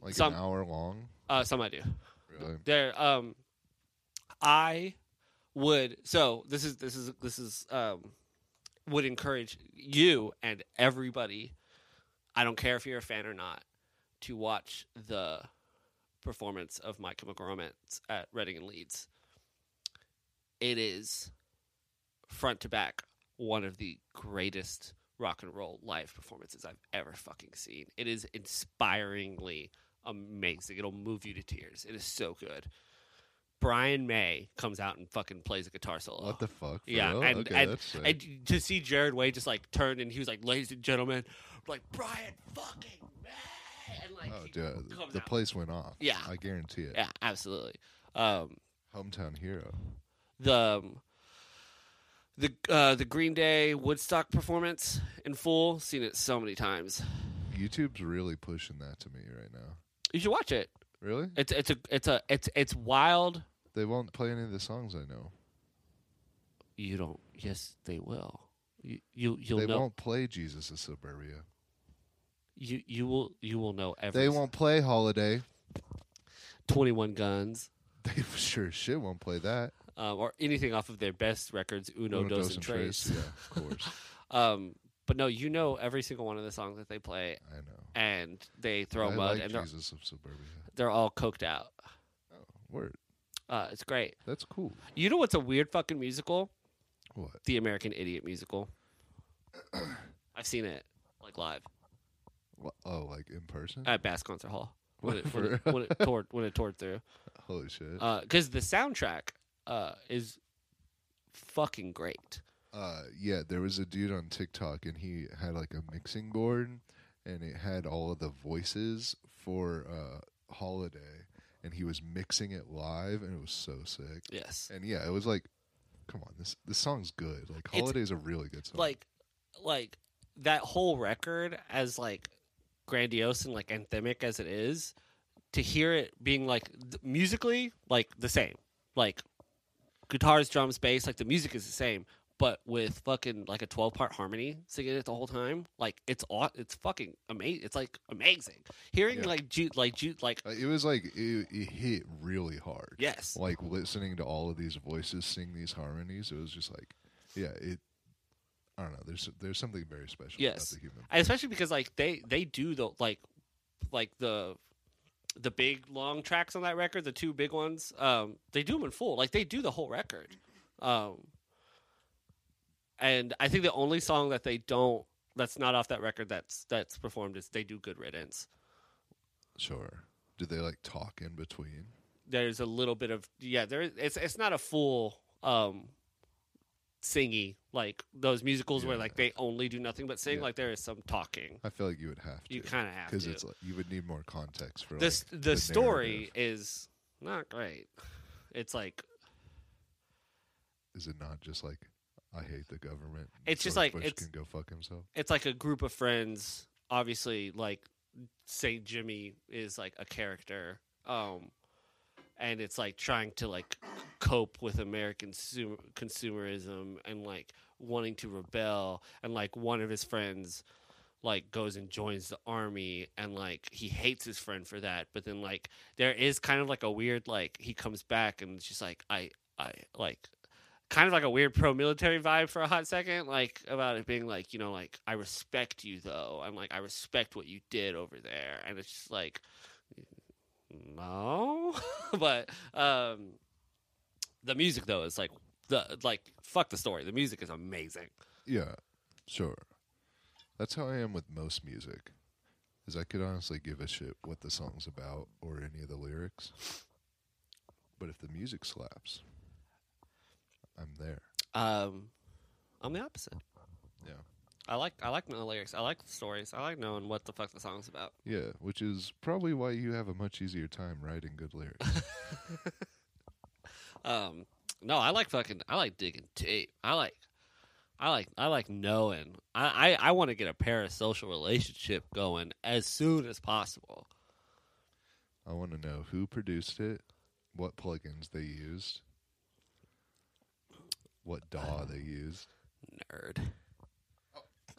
like
Some-
an hour long.
uh, some I do.
Really?
There, um, I would. So this is this is this is um, would encourage you and everybody. I don't care if you're a fan or not, to watch the performance of My Chemical Romance at Reading and Leeds. It is front to back one of the greatest rock and roll live performances I've ever fucking seen. It is inspiringly amazing. It'll move you to tears. It is so good. Brian May comes out and fucking plays a guitar solo.
What the fuck? for
Yeah,
real?
and-
okay,
and-
that's sick.
And to see Jared Way just like turn and he was like, "Ladies and gentlemen," like Brian fucking May, and like
oh,
he
dude,
comes
the
out.
place went off.
Yeah.
I guarantee it.
Yeah, absolutely. Um,
Hometown hero.
the um, the uh, the Green Day Woodstock performance in full. Seen it so many times.
YouTube's really pushing that to me right now.
You should watch it.
Really?
It's it's a it's a it's it's wild.
They won't play any of the songs I know.
You don't. Yes, they will. You you you'll
they
know.
won't play Jesus of Suburbia.
You you will you will know every.
They won't play Holiday.
Twenty One Guns.
They sure as shit won't play that.
Um, or anything off of their best records, Uno,
Uno,
Dos,
Dos,
and Tres.
Yeah, of course.
Um, but no, you know every single one of the songs that they play,
I know.
and they throw
I
mud,
like
and they're,
Jesus of Suburbia.
they're all coked out.
Oh, word.
Uh, it's great.
That's cool.
You know what's a weird fucking musical?
What?
The American Idiot musical. I've seen it like live
Wha- Oh, like in person?
at Bass Concert Hall when it when it,
For-
when it toured when it toured through.
Holy shit.
Because the soundtrack uh, is fucking great.
Uh, yeah, there was a dude on TikTok and he had like a mixing board and it had all of the voices for uh, Holiday and he was mixing it live and it was so sick.
Yes,
And yeah, it was like, come on, this this song's good. Like
It's-
Holiday's a really good song.
like like that whole record as like grandiose and like anthemic as it is to hear it being like th- musically like the same like guitars drums bass like the music is the same but with fucking like a 12 part harmony singing it the whole time like it's aw- it's fucking amazing it's like amazing hearing
Yeah.
like Jude like Jude like
Uh, it was like it, it hit really hard.
yes
Like listening to all of these voices sing these harmonies, it was just like, yeah, it. I don't know. There's there's something very special
Yes.
about the human.
And especially because like they they do the like like the the big long tracks on that record the two big ones um they do them in full like they do the whole record um and i think the only song that they don't that's not off that record that's that's performed is they do good riddance
Sure. Do they like talk in between?
there's a little bit of yeah there it's it's not a full um singy like those musicals where
Yeah.
like they only do nothing but sing
Yeah.
like there is some talking
I feel like you would have to.
you kind of have
because
to.
it's like, you would need more context for
the,
like,
s the, story
narrative.
is not great. It's like
Is it not just like I hate the government? and
It's just
George
like-
Bush
it's-
can go fuck himself.
it's like a group of friends. Obviously, like Saint Jimmy is like a character, um, and it's like trying to like cope with American su- consumerism and like wanting to rebel. And like one of his friends like goes and joins the army, and like he hates his friend for that. But then like there is kind of like a weird like he comes back and she's like I I like kind of like a weird pro military vibe for a hot second, like about it being like, you know, like I respect you though. I'm like, I respect what you did over there. And it's just like no. but um the music though is like the like fuck the story. The music is amazing.
Yeah, sure. That's how I am with most music. Is I could honestly give a shit what the song's about or any of the lyrics, but if the music slaps, I'm there.
Um I'm the opposite.
Yeah.
I like I like knowing the lyrics. I like the stories. I like knowing what the fuck the song's about.
Yeah, which is probably why you have a much easier time writing good lyrics.
Um, no, I like fucking. I like digging deep. I like, I like, I like knowing. I I, I want to get a parasocial relationship going as soon as possible.
I want to know who produced it, what plugins they used, what DAW they used.
Nerd.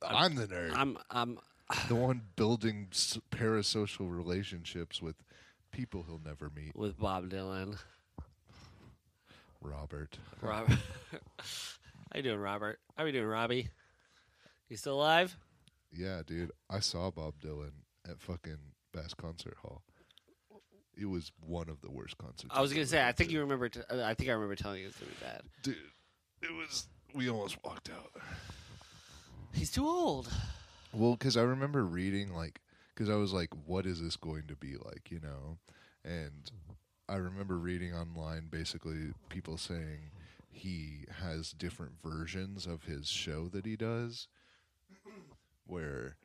I'm the nerd.
I'm I'm
the one building s- parasocial relationships with people he'll never meet.
with Bob Dylan.
Robert.
Robert, how you doing, Robert? How you doing, Robbie? You still alive?
Yeah, dude. I saw Bob Dylan at fucking Bass Concert Hall. it was one of the worst concerts.
I was
I've
gonna
ever
say, I
been
think
to.
you remember. T- uh, I think I remember telling you it's gonna be bad.
dude. It was. We almost walked out.
He's too old.
Well, because I remember reading like, because I was like, what is this going to be like, you know? And I remember reading online basically people saying he has different versions of his show that he does, where,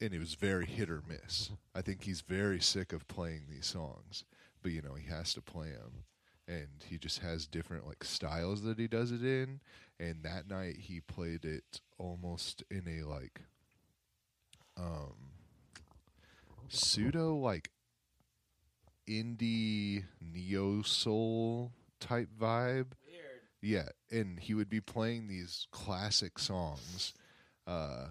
and it was very hit or miss. I think he's very sick of playing these songs, but you know he has to play them. And he just has different like styles that he does it in, and that night he played it almost in a like um pseudo like indie neo soul type vibe
Weird.
yeah and he would be playing these classic songs uh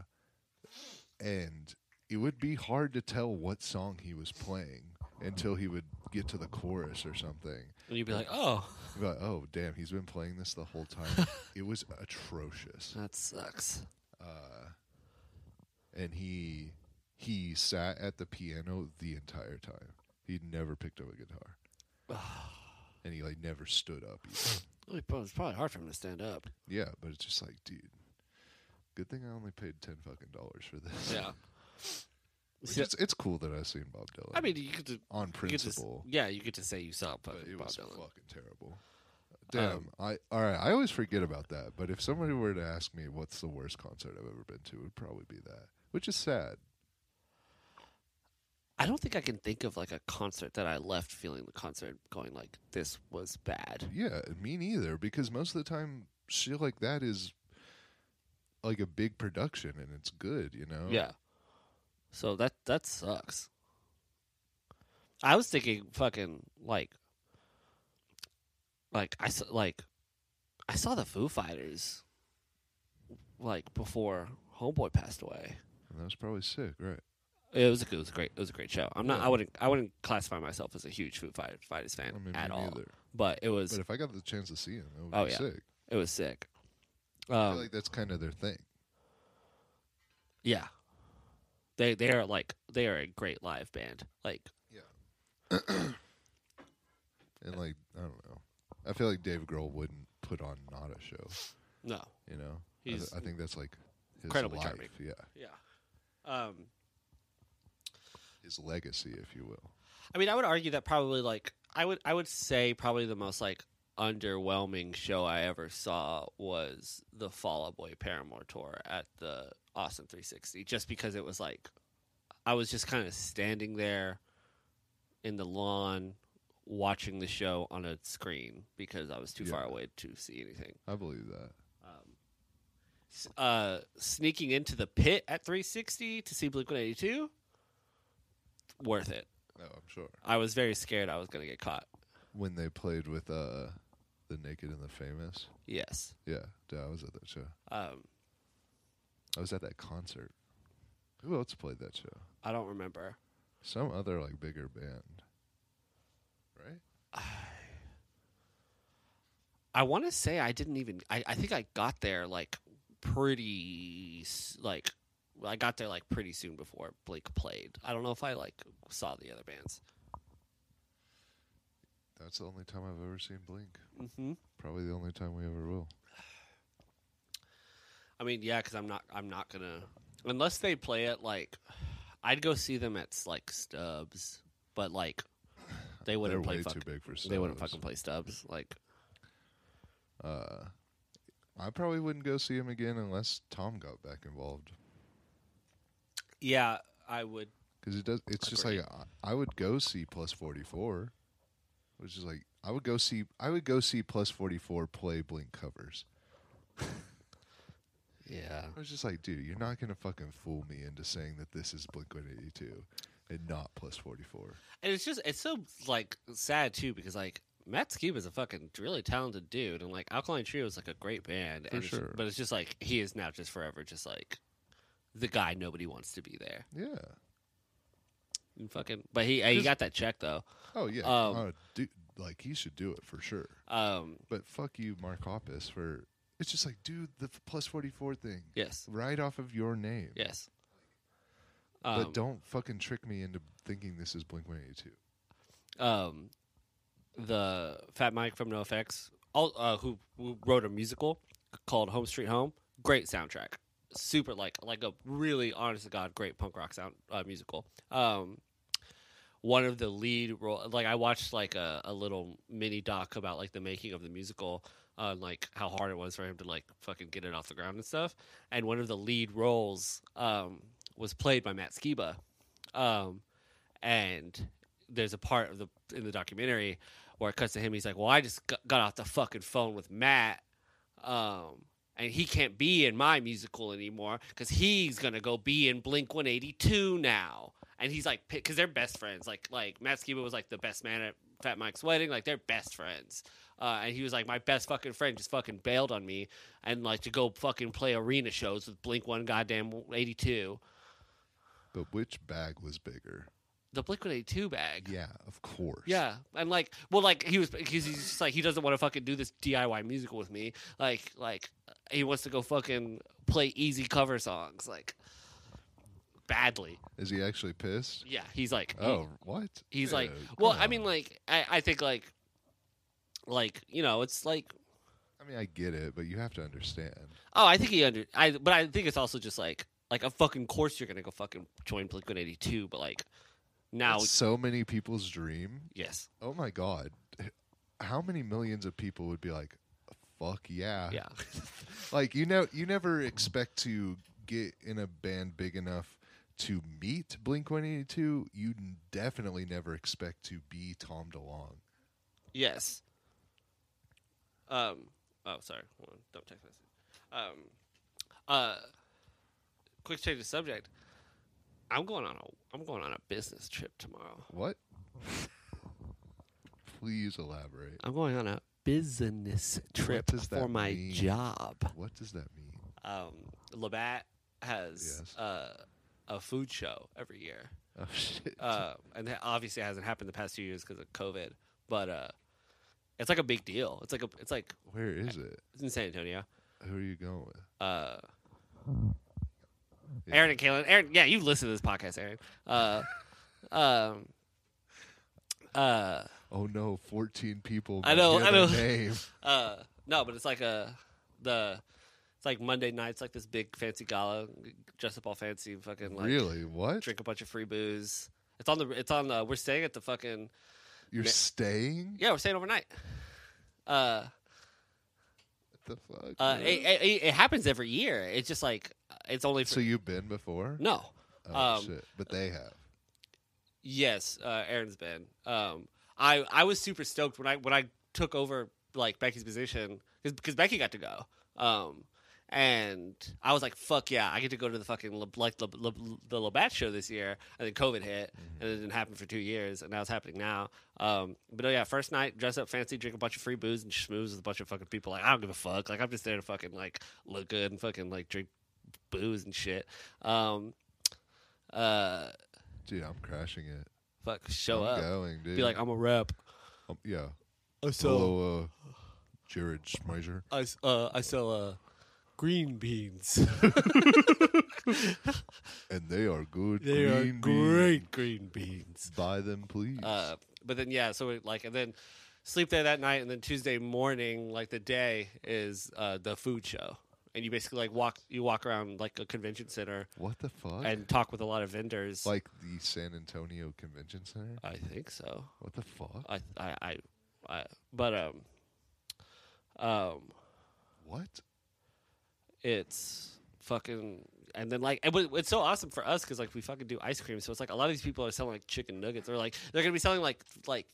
and it would be hard to tell what song he was playing until he would get to the chorus or something
And you'd be like, oh,
You'd be like, oh damn, he's been playing this the whole time. it was atrocious.
that sucks.
Uh, and he he sat at the piano the entire time. He never picked up a guitar, and he like never stood up. Either.
It's probably hard for him to stand up.
yeah, but it's just like, dude, good thing I only paid ten fucking dollars for this.
Yeah.
Which
Yeah.
is- it's cool that I've seen Bob Dylan.
I mean, you get to you
on
get to s-
principle,
yeah, you get to say you saw
but
fucking
it
Bob
was
Dylan. Um,
fucking terrible. Damn, I all right. I always forget about that. But if somebody were to ask me what's the worst concert I've ever been to, it would probably be that, which is sad.
I don't think I can think of like a concert that I left feeling the concert going like this was bad.
Yeah, me neither. Because most of the time, shit like that is like a big production and it's good, you know.
Yeah. So that that sucks. I was thinking fucking like like I saw like I saw the Foo Fighters like before Homeboy passed away.
and that was probably sick, right?
It was a, it was a great it was a great show. I'm not
Yeah.
I wouldn't I wouldn't classify myself as a huge Foo Fight- Fighters fan
I mean,
at
me
all.
neither.
But it was
But if I got the chance to see him, that would
Oh,
be
yeah.
sick.
it was sick.
I
Um,
feel like that's kind of their thing.
yeah. They they are like they are a great live band. Like
And like, I don't know. I feel like Dave Grohl wouldn't put on not a show,
no.
you know. I,
He's
th- I think that's like his
incredibly
life,
charming.
yeah,
Yeah. Um
his legacy, if you will.
I mean, I would argue that probably like I would I would say probably the most like underwhelming show I ever saw was the Fall Out Boy Paramore tour at the Austin 360 just because it was like I was just kind of standing there in the lawn watching the show on a screen because I was too far
Yeah.
away to see anything.
I believe that.
Um, s- uh, sneaking into the pit at 360 to see Blink 182 worth it.
No, I'm sure.
I was very scared I was going to get caught.
When they played with uh, the Naked and the Famous,
Yes.
yeah, dude, I was at that show.
Um,
I was at that concert. Who else played that show?
I don't remember.
Some other like bigger band, right?
I want to say I didn't even. I, I think I got there like pretty s- like I got there like pretty soon before Blake played. I don't know if I like saw the other bands.
That's the only time I've ever seen Blink.
Mm-hmm.
Probably the only time we ever will.
I mean, yeah, because I'm not. I'm not gonna unless they play it like. I'd go see them at like Stubbs, but like they
They're
wouldn't
way
play. Fuck,
too big for.
they wouldn't
solos.
fucking play Stubbs. Like
Uh, I probably wouldn't go see him again unless Tom got back involved.
yeah, I would.
Because it does. It's just like I, I would go see plus forty four, which is like I would go see I would go see plus forty four play Blink covers.
Yeah.
I was just like, dude, you're not gonna fucking fool me into saying that this is Blink one eighty two, and not plus forty four.
And it's just it's so like sad too because like Matt Skiba is a fucking really talented dude and like Alkaline Trio is like a great band
For
and it's-
sure.
but it's just like he is now just forever just like the guy nobody wants to be there.
Yeah.
And fucking but he he
Just-
got that check though.
Oh yeah.
Um,
oh, dude, like he should do it for sure.
Um
But fuck you, Mark Hoppus, for it's just like, dude, the f- plus forty four thing,
yes.
right off of your name.
Yes.
But
Um,
don't fucking trick me into thinking this is Blink one eighty two.
um, the Fat Mike from NoFX, all, uh, who, who wrote a musical called Home Street Home. Great soundtrack, super like like a really honest to god great punk rock sound uh, musical. Um, one of the lead role, like I watched like a, a little mini doc about like the making of the musical. On like how hard it was for him to like fucking get it off the ground and stuff, and one of the lead roles um, was played by Matt Skiba, um, and there's a part of the in the documentary where it cuts to him. He's like, "Well, I just got, got off the fucking phone with Matt, um, and he can't be in my musical anymore because he's gonna go be in Blink 182 now." And he's like, because they're best friends. Like, like Matt Skiba was like the best man at Fat Mike's wedding. Like, they're best friends. Uh, and he was like, my best fucking friend just fucking bailed on me and like to go fucking play arena shows with Blink One goddamn 82.
But which bag was bigger?
The Blink 182 bag.
Yeah, of course.
Yeah, and like, well, like he was because he's just like he doesn't want to fucking do this DIY musical with me. Like, like he wants to go fucking play easy cover songs like badly.
Is he actually pissed?
Yeah, he's like, he-
Oh, what?
he's
Yeah,
like, well, I
come
mean,
on.
like, I, I think like, like you know, it's like,
I mean, I get it, but you have to understand.
oh, I think he under, I, but I think it's also just like, like a fucking course you're gonna go fucking join Blink 182, but like now,
It's so many people's dream.
yes,
Oh my god, how many millions of people would be like, "Fuck yeah!"
yeah,
Like you know, you never expect to get in a band big enough to meet Blink One Eighty Two. You n- definitely never expect to be Tom DeLonge.
Yes. Um. Oh, sorry. Hold on. Don't text message. Um. Uh. Quick change of subject. I'm going on a I'm going on a business trip tomorrow.
What? Please elaborate.
I'm going on a business trip
does that
for my
mean?
job.
What does that mean?
Um. Labatt has
Yes.
uh, a food show every year.
Oh shit!
uh, and that obviously hasn't happened the past few years because of COVID. But uh, it's like a big deal. It's like a it's like
Where is it?
it's in San Antonio.
Who are you going with?
uh,
Yeah.
Aaron and Kaylin. Aaron, yeah, you listen to this podcast, Aaron. Uh, um, uh,
Oh no, fourteen people.
I know,
might
I
get a
know.
Name.
uh, no, but it's like a the it's like Monday nights, like this big fancy gala, dress up all fancy, fucking like
really? What?
drink a bunch of free booze. It's on the it's on the we're staying at the fucking
You're
Ma-
staying?
yeah we're staying overnight. Uh,
What the fuck?
uh,
man?
it, it, it- it happens every year. It's just like it's only for,
so you've been before?
no.
Oh
um,
shit! But they have.
Yes, uh, Aaron's been. Um, I I was super stoked when I when I took over like Becky's position because Becky got to go. Um, and I was like, "Fuck yeah, I get to go to the fucking Le, like Le, Le, the Labatt show this year." And then COVID hit, and it didn't happen for two years, and now it's happening now. Um, but oh yeah, first night, dress up fancy, drink a bunch of free booze and schmooze with a bunch of fucking people. Like I don't give a fuck. Like I'm just there to fucking like look good and fucking like drink booze and shit. Um, uh,
Dude, I'm crashing it.
fuck, show
I'm
up
going, dude.
be like, I'm a rep.
Um, yeah.
I
Hello, uh, Jared Schmeiser.
I, s- uh, I sell uh, green beans.
And they are good.
they are
green beans.
great green beans.
Buy them, please.
Uh, but then yeah, so we, like, and then sleep there that night, and then Tuesday morning, like the day is uh, the food show, and you basically like walk you walk around like a convention center
what the fuck?
and talk with a lot of vendors.
like the San Antonio Convention Center?
I think so.
What the fuck?
I I I, I but um um
What?
it's fucking and then like and what- it's so awesome for us because like we fucking do ice cream so it's like a lot of these people are selling like chicken nuggets they're like they're gonna be selling like like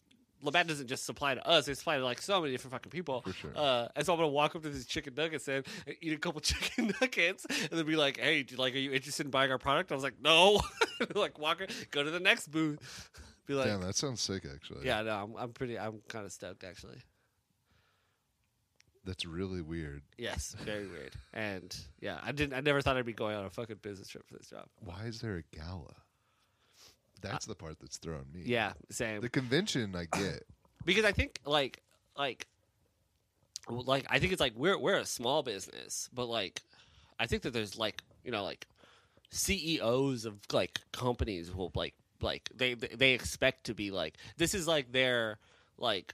Labatt doesn't just supply to us; they supply to like so many different fucking people.
For sure.
Uh, and so I'm gonna walk up to these chicken nuggets and, and eat a couple chicken nuggets, and then be like, "Hey, do, like, are you interested in buying our product?" I was like, "No." like, walk, go to the next booth. Be like,
Damn, that sounds sick. Actually,
"Yeah, no, I'm, I'm pretty, I'm kind of stoked actually."
That's really weird.
Yes, very weird. And yeah, I didn't, I never thought I'd be going on a fucking business trip for this job.
Why is there a gala? That's the part that's throwing me.
Uh, Yeah, same.
The convention, I get.
because I think like like like I think it's like we're we're a small business, but like E I think that there's like you know like CEOs of like companies will like like they they they expect to be like this is like their like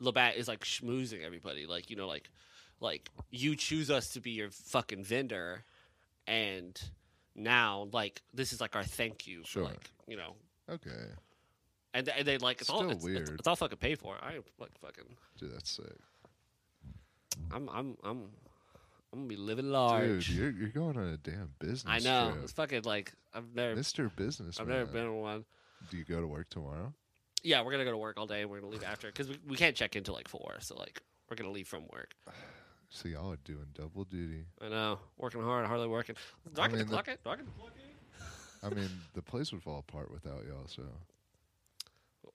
Labatt is like schmoozing everybody like you know like like you choose us to be your fucking vendor and now like this is like our thank you
Sure.
for like you know
Okay,
and, th- and they like it's all
Still
it's, it's-
weird.
it's all fucking paid for I ain't like fucking
dude, that's sick.
I'm I'm I'm I'm gonna be living large
Dude, you're, you're going on a damn business.
I know
trip.
it's fucking like I've never
Mr. Business.
I've never been on one
Do you go to work tomorrow?
yeah, we're gonna go to work all day. and We're gonna leave after because we, we can't check in till like four. So like we're gonna leave from work.
So y'all are doing double duty.
I know, working hard, hardly working. Do I
I
get to
mean, the-
clock it? Do I get to clock it?
I mean, the place would fall apart without y'all. So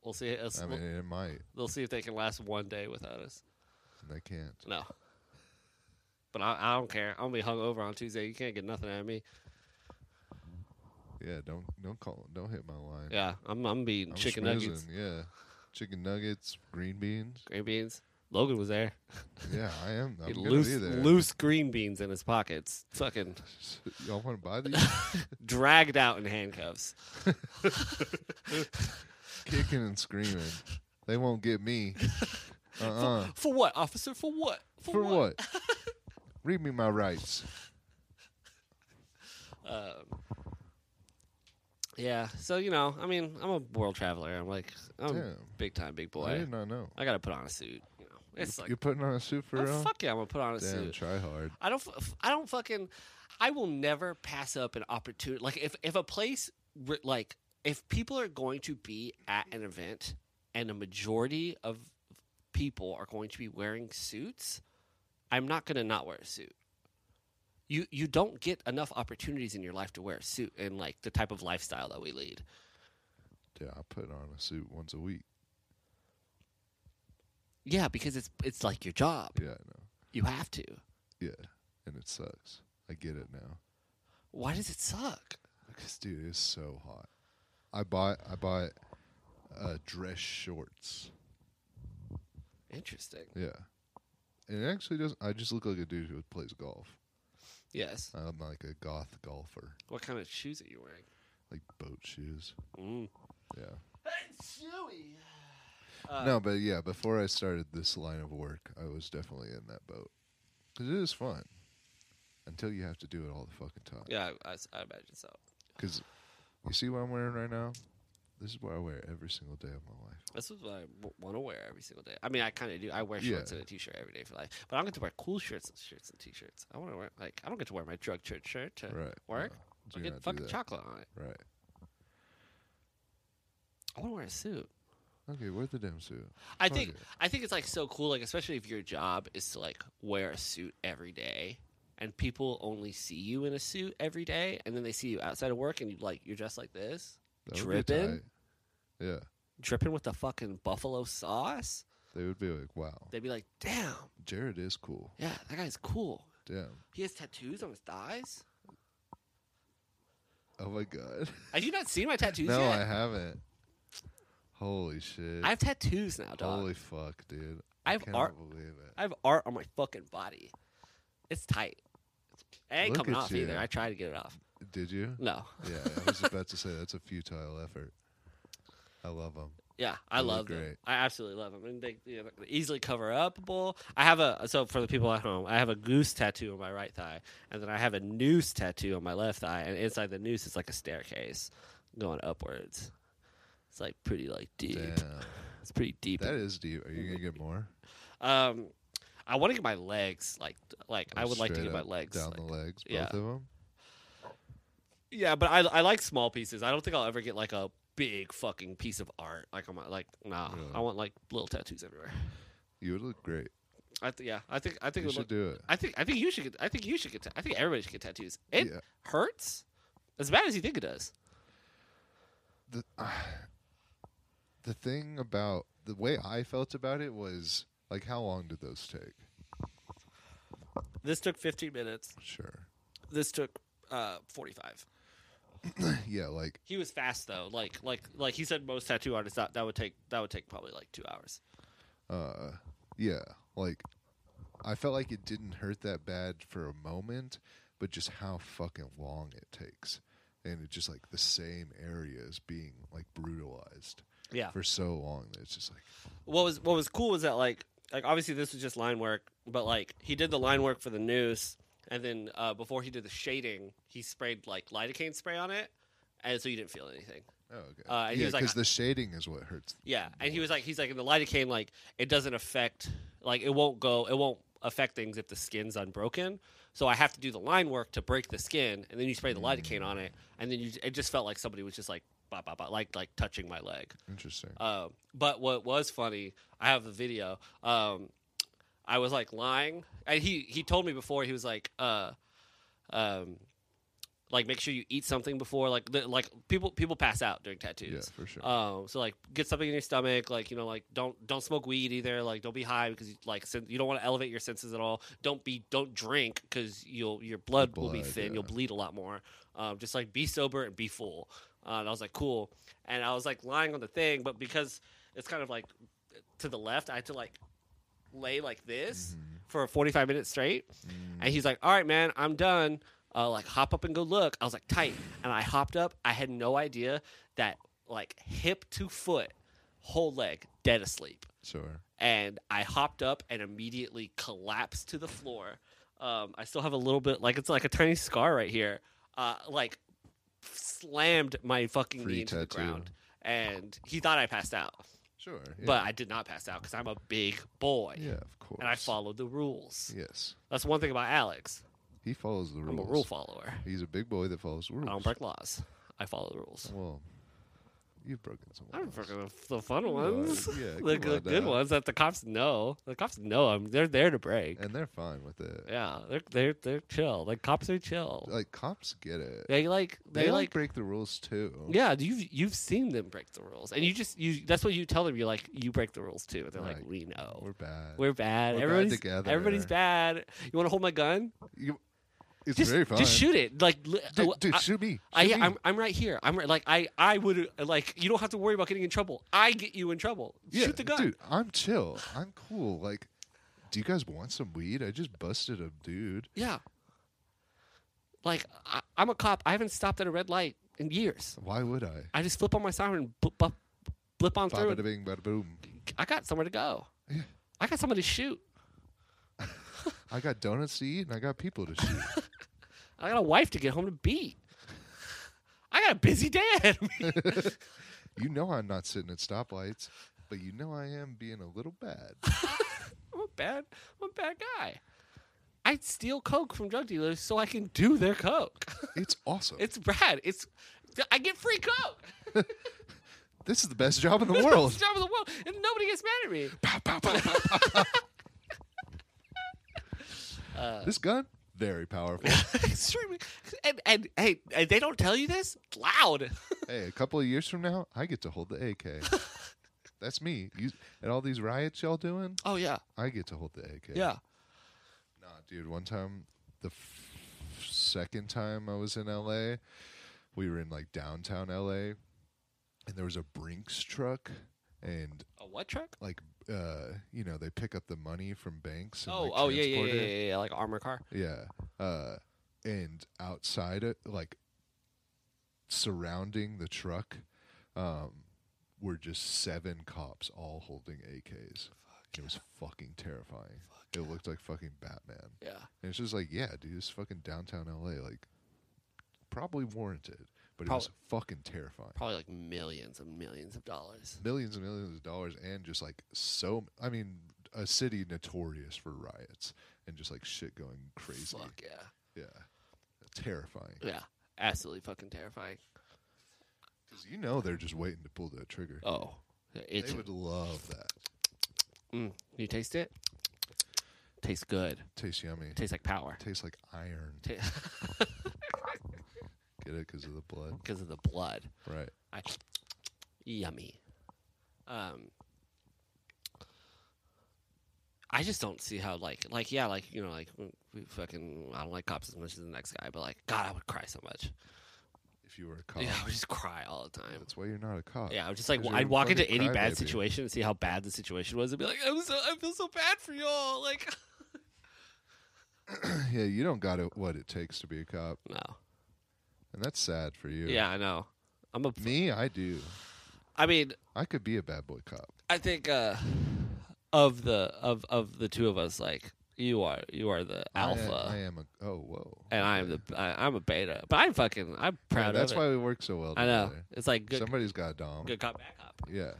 We'll see. Us,
I mean, it might,
they'll see if they can last one day without us.
and they can't.
No, but I, I don't care. I'm gonna be hung over on Tuesday. You can't get nothing out of me.
Yeah, don't don't call, don't hit my line.
Yeah, I'm I'm gonna be eating
I'm
chicken nuggets,
schmoozing, Yeah, chicken nuggets, green beans.
green beans. Logan was there.
Yeah, I am. I'm
He had
gonna
loose
be there.
loose green beans in his pockets. Fucking
Y'all want to buy these?
dragged out in handcuffs.
Kicking and screaming. They won't get me. Uh uh
For what, officer? For what?
For what? Read me my rights.
Um, yeah, so you know, I mean, I'm a world traveler. I'm like, I'm
Damn.
big time, big
I
boy.
did not know.
I, gotta put on a suit. You know, it's like,
You're putting on a suit for
oh,
real?
fuck yeah, I'm gonna put on a
Damn,
suit.
try hard.
I don't, f- I don't fucking, I will never pass up an opportunity. Like if if a place re- like if people are going to be at an event and a majority of people are going to be wearing suits, I'm not gonna not wear a suit. You you don't get enough opportunities in your life to wear a suit and like the type of lifestyle that we lead.
Dude, I put on a suit once a week.
Yeah, because it's it's like your job.
Yeah, I know.
You have to.
Yeah, and it sucks. I get it now.
Why does it suck?
Because dude, it's so hot. I bought I bought uh, dress shorts.
Interesting.
Yeah, and it actually doesn't. I just look like a dude who plays golf.
Yes.
I'm like a goth golfer,
What kind of shoes are you wearing?
like boat shoes.
Mm.
Yeah.
Chewy. Mm.
no, but yeah, before I started this line of work, I was definitely in that boat. 'Cause it is fun until you have to do it all the fucking time.
Yeah, I, I s- I imagine so.
Because you see what I'm wearing right now? This is what I wear every single day of my life.
This is what I want to wear every single day. I mean, I kind of do. I wear shorts
Yeah.
and a t-shirt every day for life, but I don't get to wear cool shirts and shirts and t-shirts. I want to wear like I don't get to wear my drug church shirt to
Right.
work.
Do
I
not
get
do
fucking
that.
chocolate on it.
Right.
I want to wear a suit.
Okay, wear the damn suit.
I
Fuck
think
it.
I think it's like so cool. Like especially if your job is to like wear a suit every day, and people only see you in a suit every day, and then they see you outside of work, and you like you're dressed like this,
That would be
Drippin'?
tight. Yeah.
dripping with the fucking buffalo sauce.
They would be like, wow,
They'd be like, "Damn,
Jared is cool.
yeah, that guy's cool.
Damn.
He has tattoos on his thighs."
Oh my God.
Have you not seen my tattoos
no, I
yet?
haven't. Holy shit.
I have tattoos now, dog.
Holy fuck, dude.
I
I,
have
cannot
art-
believe it.
I have art on my fucking body. It's tight. It ain't
Look
coming
at
off either.
you.
I tried to get it off.
Did you?
No.
Yeah, I was about to say that's a futile effort. I love them.
Yeah, I
They look
love them.
great.
I absolutely love them. And they you know, they're easily cover upable. I have a so for the people at home, I have a goose tattoo on my right thigh, and then I have a noose tattoo on my left thigh, and inside the noose is like a staircase going upwards. It's like pretty like deep.
Damn,
It's pretty deep.
that is deep. Are you gonna get more?
Um, I want to get my legs like like I
Or
would like to
Oh, straight
get my
up,
legs
down
like-
the legs, both
yeah.
of them.
Yeah, but I I like small pieces. I don't think I'll ever get like a big fucking piece of art. Like I'm like nah.
Really?
I want like little tattoos everywhere.
You would look great.
I th- yeah. I think I think
You
it would
should
look,
do it.
I think I think you should get I think you should get ta- I think everybody should get tattoos. It
Yeah.
hurts as bad as you think it does.
The, the thing about the way I felt about it was like, how long did those take?
This took 15 minutes.
Sure.
This took uh 45.
yeah, like
He was fast though. Like like like he said most tattoo artists that, that would take that would take probably like 2 hours.
uh yeah like i felt like it didn't hurt that bad for a moment but just how fucking long it takes and it's just like the same areas being like brutalized
Yeah.
for so long that it's just like
What was what was cool was that like like obviously this was just line work, but like he did the line work for the noose, and then uh, before he did the shading, he sprayed like lidocaine spray on it, and so you didn't feel anything.
oh okay
Uh, and he
yeah
was like,
because the shading is what hurts
Yeah, and he was
Nice.
like, he's like, in the lidocaine, like it doesn't affect, like it won't go, it won't affect things if the skin's unbroken. So I have to do the line work to break the skin, and then you spray the lidocaine on it, and then you, it just felt like somebody was just like, bah, bah, bah, like like touching my leg.
interesting
Um, but what was funny, I have the video. Um, I was like lying, and he he told me before he was like, uh, um, like make sure you eat something before, like the, like people people pass out during tattoos.
yeah for sure
Um, so like get something in your stomach, like you know, like don't don't smoke weed either. Like don't be high because you, like sen- you don't want to elevate your senses at all. Don't be don't drink because you'll your blood, will be
Blood,
thin.
yeah.
You'll bleed a lot more. Um, just like be sober and be full. Uh, and I was like cool, and I was like lying on the thing, but because it's kind of like to the left, I had to like lay like this
Mm-hmm.
for 45 minutes straight.
Mm,
And he's like, "All right, man, I'm done. Uh, like, hop up and go look." I was like, "Tight." And I hopped up. I had no idea that like hip to foot, whole leg dead asleep.
sure
And I hopped up and immediately collapsed to the floor. Um, I still have a little bit, like it's like a tiny scar right here. Uh, like slammed my fucking
Free
knee into the
tattoo.
ground, and he thought I passed out,
sure
but I did not pass out because I'm a big boy
yeah of course
and I followed the rules.
yes
That's one thing about Alex.
he follows the
I'm
rules
a rule follower.
he's a big boy that follows rules
I don't break laws. I follow the rules.
well you've broken some
I'm
laws.
freaking the fun ones.
yeah,
the
come
the
on
good
now.
ones that the cops know. The cops know I'm. They're there to break.
and they're fine with it
yeah, they're they're they're chill. Like cops are chill.
like cops get it
they like
Uh, they,
they,
like
like.
break the rules too
yeah, you've you've seen them break the rules, and you just you. That's what you tell them. You're like you break the rules too, and they're like,
Right.
we know.
we're bad
We're bad.
We're bad
everybody's
together.
everybody's bad. You want to hold my gun?
You- it's
just,
very fun
Just shoot it. Like, li- uh,
dude,
I-
dude shoot me shoot
I,
me.
yeah, I'm, I'm right here. I'm right, like I I would like you don't have to worry about getting in trouble. I get you in trouble.
Yeah,
Shoot the gun.
Dude, I'm chill. I'm cool. Like, do you guys want some weed? I just busted a dude.
Yeah. Like I, I'm a cop. I haven't stopped at a red light in years.
Why would I?
I just flip on my siren, blip, blip, blip on
Bada
through.
bing, bada boom.
I got somewhere to go.
Yeah.
I got someone to shoot.
I got donuts to eat and I got people to shoot.
I got a wife to get home to beat. I got a busy day ahead of me.
you know I'm not sitting at stoplights, but you know I am being a little bad.
I'm a bad, I'm a bad guy. I steal coke from drug dealers so I can do their coke.
It's awesome.
It's rad. It's I get free coke.
this is the best job in the
It's
world.
the job in the world, and nobody gets mad at me.
Pow, pow, pow, pow, pow, pow. this gun, very powerful.
Extremely, Uh, and, and hey, and they don't tell you this loud.
hey, a couple of years from now, I get to hold the AK. That's me. You, at all these riots y'all doing,
Oh yeah,
I get to hold the AK. Nah, dude. One time, the f- second time I was in LA, we were in like downtown LA, and there was a Brinks truck, and
A what truck?
like, uh, you know, they pick up the money from banks. And,
Oh,
like,
oh yeah, yeah, yeah,
transport
yeah,
it.
yeah, yeah, like armor car.
Yeah. Uh, and outside it, like surrounding the truck, um, were just seven cops all holding AKs. it was fucking terrifying. it looked like fucking Batman.
Yeah,
And it's just like, yeah, dude, it's fucking downtown LA. Like, probably warranted, but it was fucking terrifying.
probably like millions and millions of dollars.
Millions and millions of dollars, and just like so. I mean, a city notorious for riots and just like shit going crazy.
Fuck yeah,
Yeah. Terrifying.
yeah, absolutely fucking terrifying.
Because you know they're just waiting to pull that trigger.
Oh, it's
they would love that.
mm, you taste it. Tastes good.
Tastes yummy.
Tastes like power.
Tastes like iron.
Because
Get it? Because of the blood.
of the blood.
Right.
I, yummy. Um, I just don't see how like like yeah like you know like we- we fucking I don't like cops as much as the next guy, but like God, I would cry so much.
If you were a cop.
Yeah, I would just cry all the time.
Oh. That's why you're not a cop.
Yeah, I was just like
'Cause you're
I'd
a
walk into
fucking
any bad
crybaby.
situation and see how bad the situation was, and be like, I'm so I feel so bad for y'all. Like,
yeah, you don't got it, what it takes to be a cop.
no,
and that's sad for you.
Yeah, I know. I'm a.
Me, I do.
I mean,
I could be a bad boy cop.
I think uh, of the of of the two of us, like you are you are the
I am-
alpha,
I am, a. Oh, whoa.
and I am
Yeah.
the I, I'm a beta. But I'm fucking I'm proud
Yeah,
of
That's
it.
why we work so well.
I know
together.
it's like good
Somebody's got a dom.
good cop bad cop.
Yeah.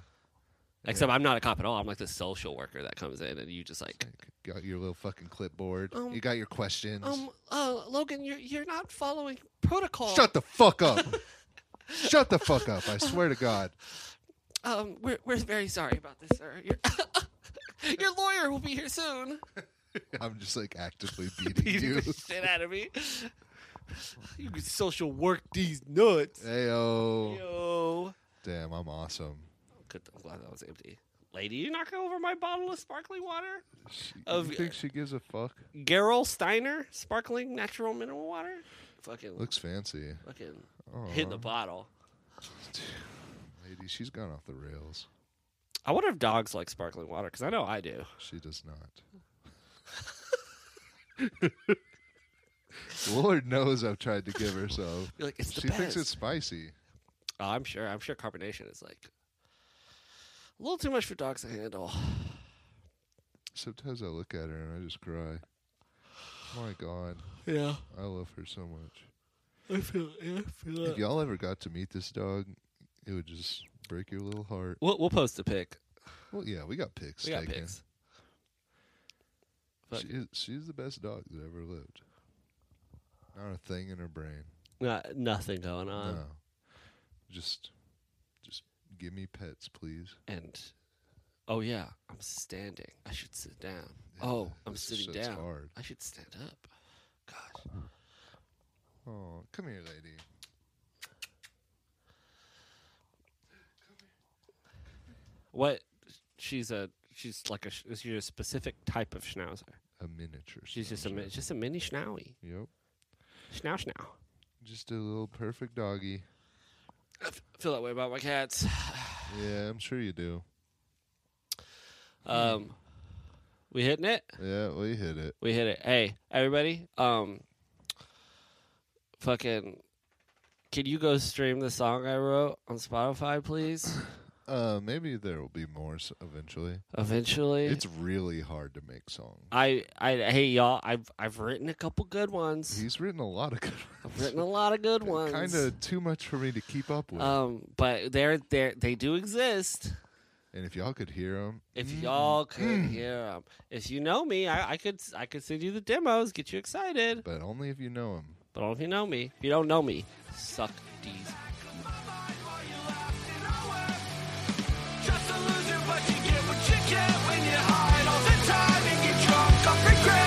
Except I'm not a cop at all. I'm like the social worker that comes in, and you just like.
Got your little fucking clipboard.
Um,
you got your questions.
Um, uh, Logan, you're you're not following protocol.
Shut the fuck up. Shut the fuck up. I swear to God.
Um, we're we're very sorry about this, sir. Your, your lawyer will be here soon.
I'm just like actively beating
Beating
you.
the shit out of me. You can social work these nuts.
Ayo.
Yo.
Damn, I'm awesome.
Good. I'm glad that was empty. Lady, you knocking over my bottle of sparkling water?
She,
Of-
you think she gives a fuck?
Gerol Steiner sparkling natural mineral water. Fucking,
Looks fancy.
fucking
Oh,
hitting the bottle.
lady, she's gone off the rails.
I wonder if dogs like sparkling water because I know I do.
She does not. Lord knows I've tried to give her some.
You're like, it's the
She
best.
thinks it's spicy.
Oh, I'm sure. I'm sure carbonation is like a little too much for dogs to handle.
Sometimes I look at her and I just cry. My God,
Yeah,
I love her so much.
I feel. Yeah, I feel
If y'all ever got to meet this dog, it would just break your little heart.
We'll, we'll post a pic.
Well, yeah, we got pics
We got
taken.
pics. Fuck.
She is, she's the best dog that ever lived. Not a thing in her brain.
Not, nothing going on.
no. Just, just give me pets, please.
And oh yeah, I'm standing. I should sit down. Oh, I'm
This
sitting
shit's
down.
Hard.
I should stand up. God.
Oh, come here, lady.
What? She's a. She's like a. sh- She's a specific type of schnauzer.
A miniature.
She's just a. mi-
miniature.
Just a mini schnaui.
Yep.
Schnau schnau.
Just a little perfect doggy.
I f- feel that way about my cats.
Yeah, I'm sure you do.
Um, we hitting it.
Yeah, we hit it.
We hit it. Hey, everybody. Um, fucking, can you go stream the song I wrote on Spotify, please?
Uh, maybe there will be more s- eventually.
Eventually.
It's really hard to make songs.
I, I, hey y'all. I've I've written a couple good ones.
He's written a lot of good
I've written a lot of good ones.
Kind of too much for me to keep up with.
Um, but they're they they do exist.
and if y'all could hear him, mm,
If y'all could hear 'em. if you know me, I, I could I could send you the demos, get you excited.
but only if you know him.
But only if you know me. If you don't know me, suck these
Just a loser, but you get what you get when you hide all the time and get drunk off regret.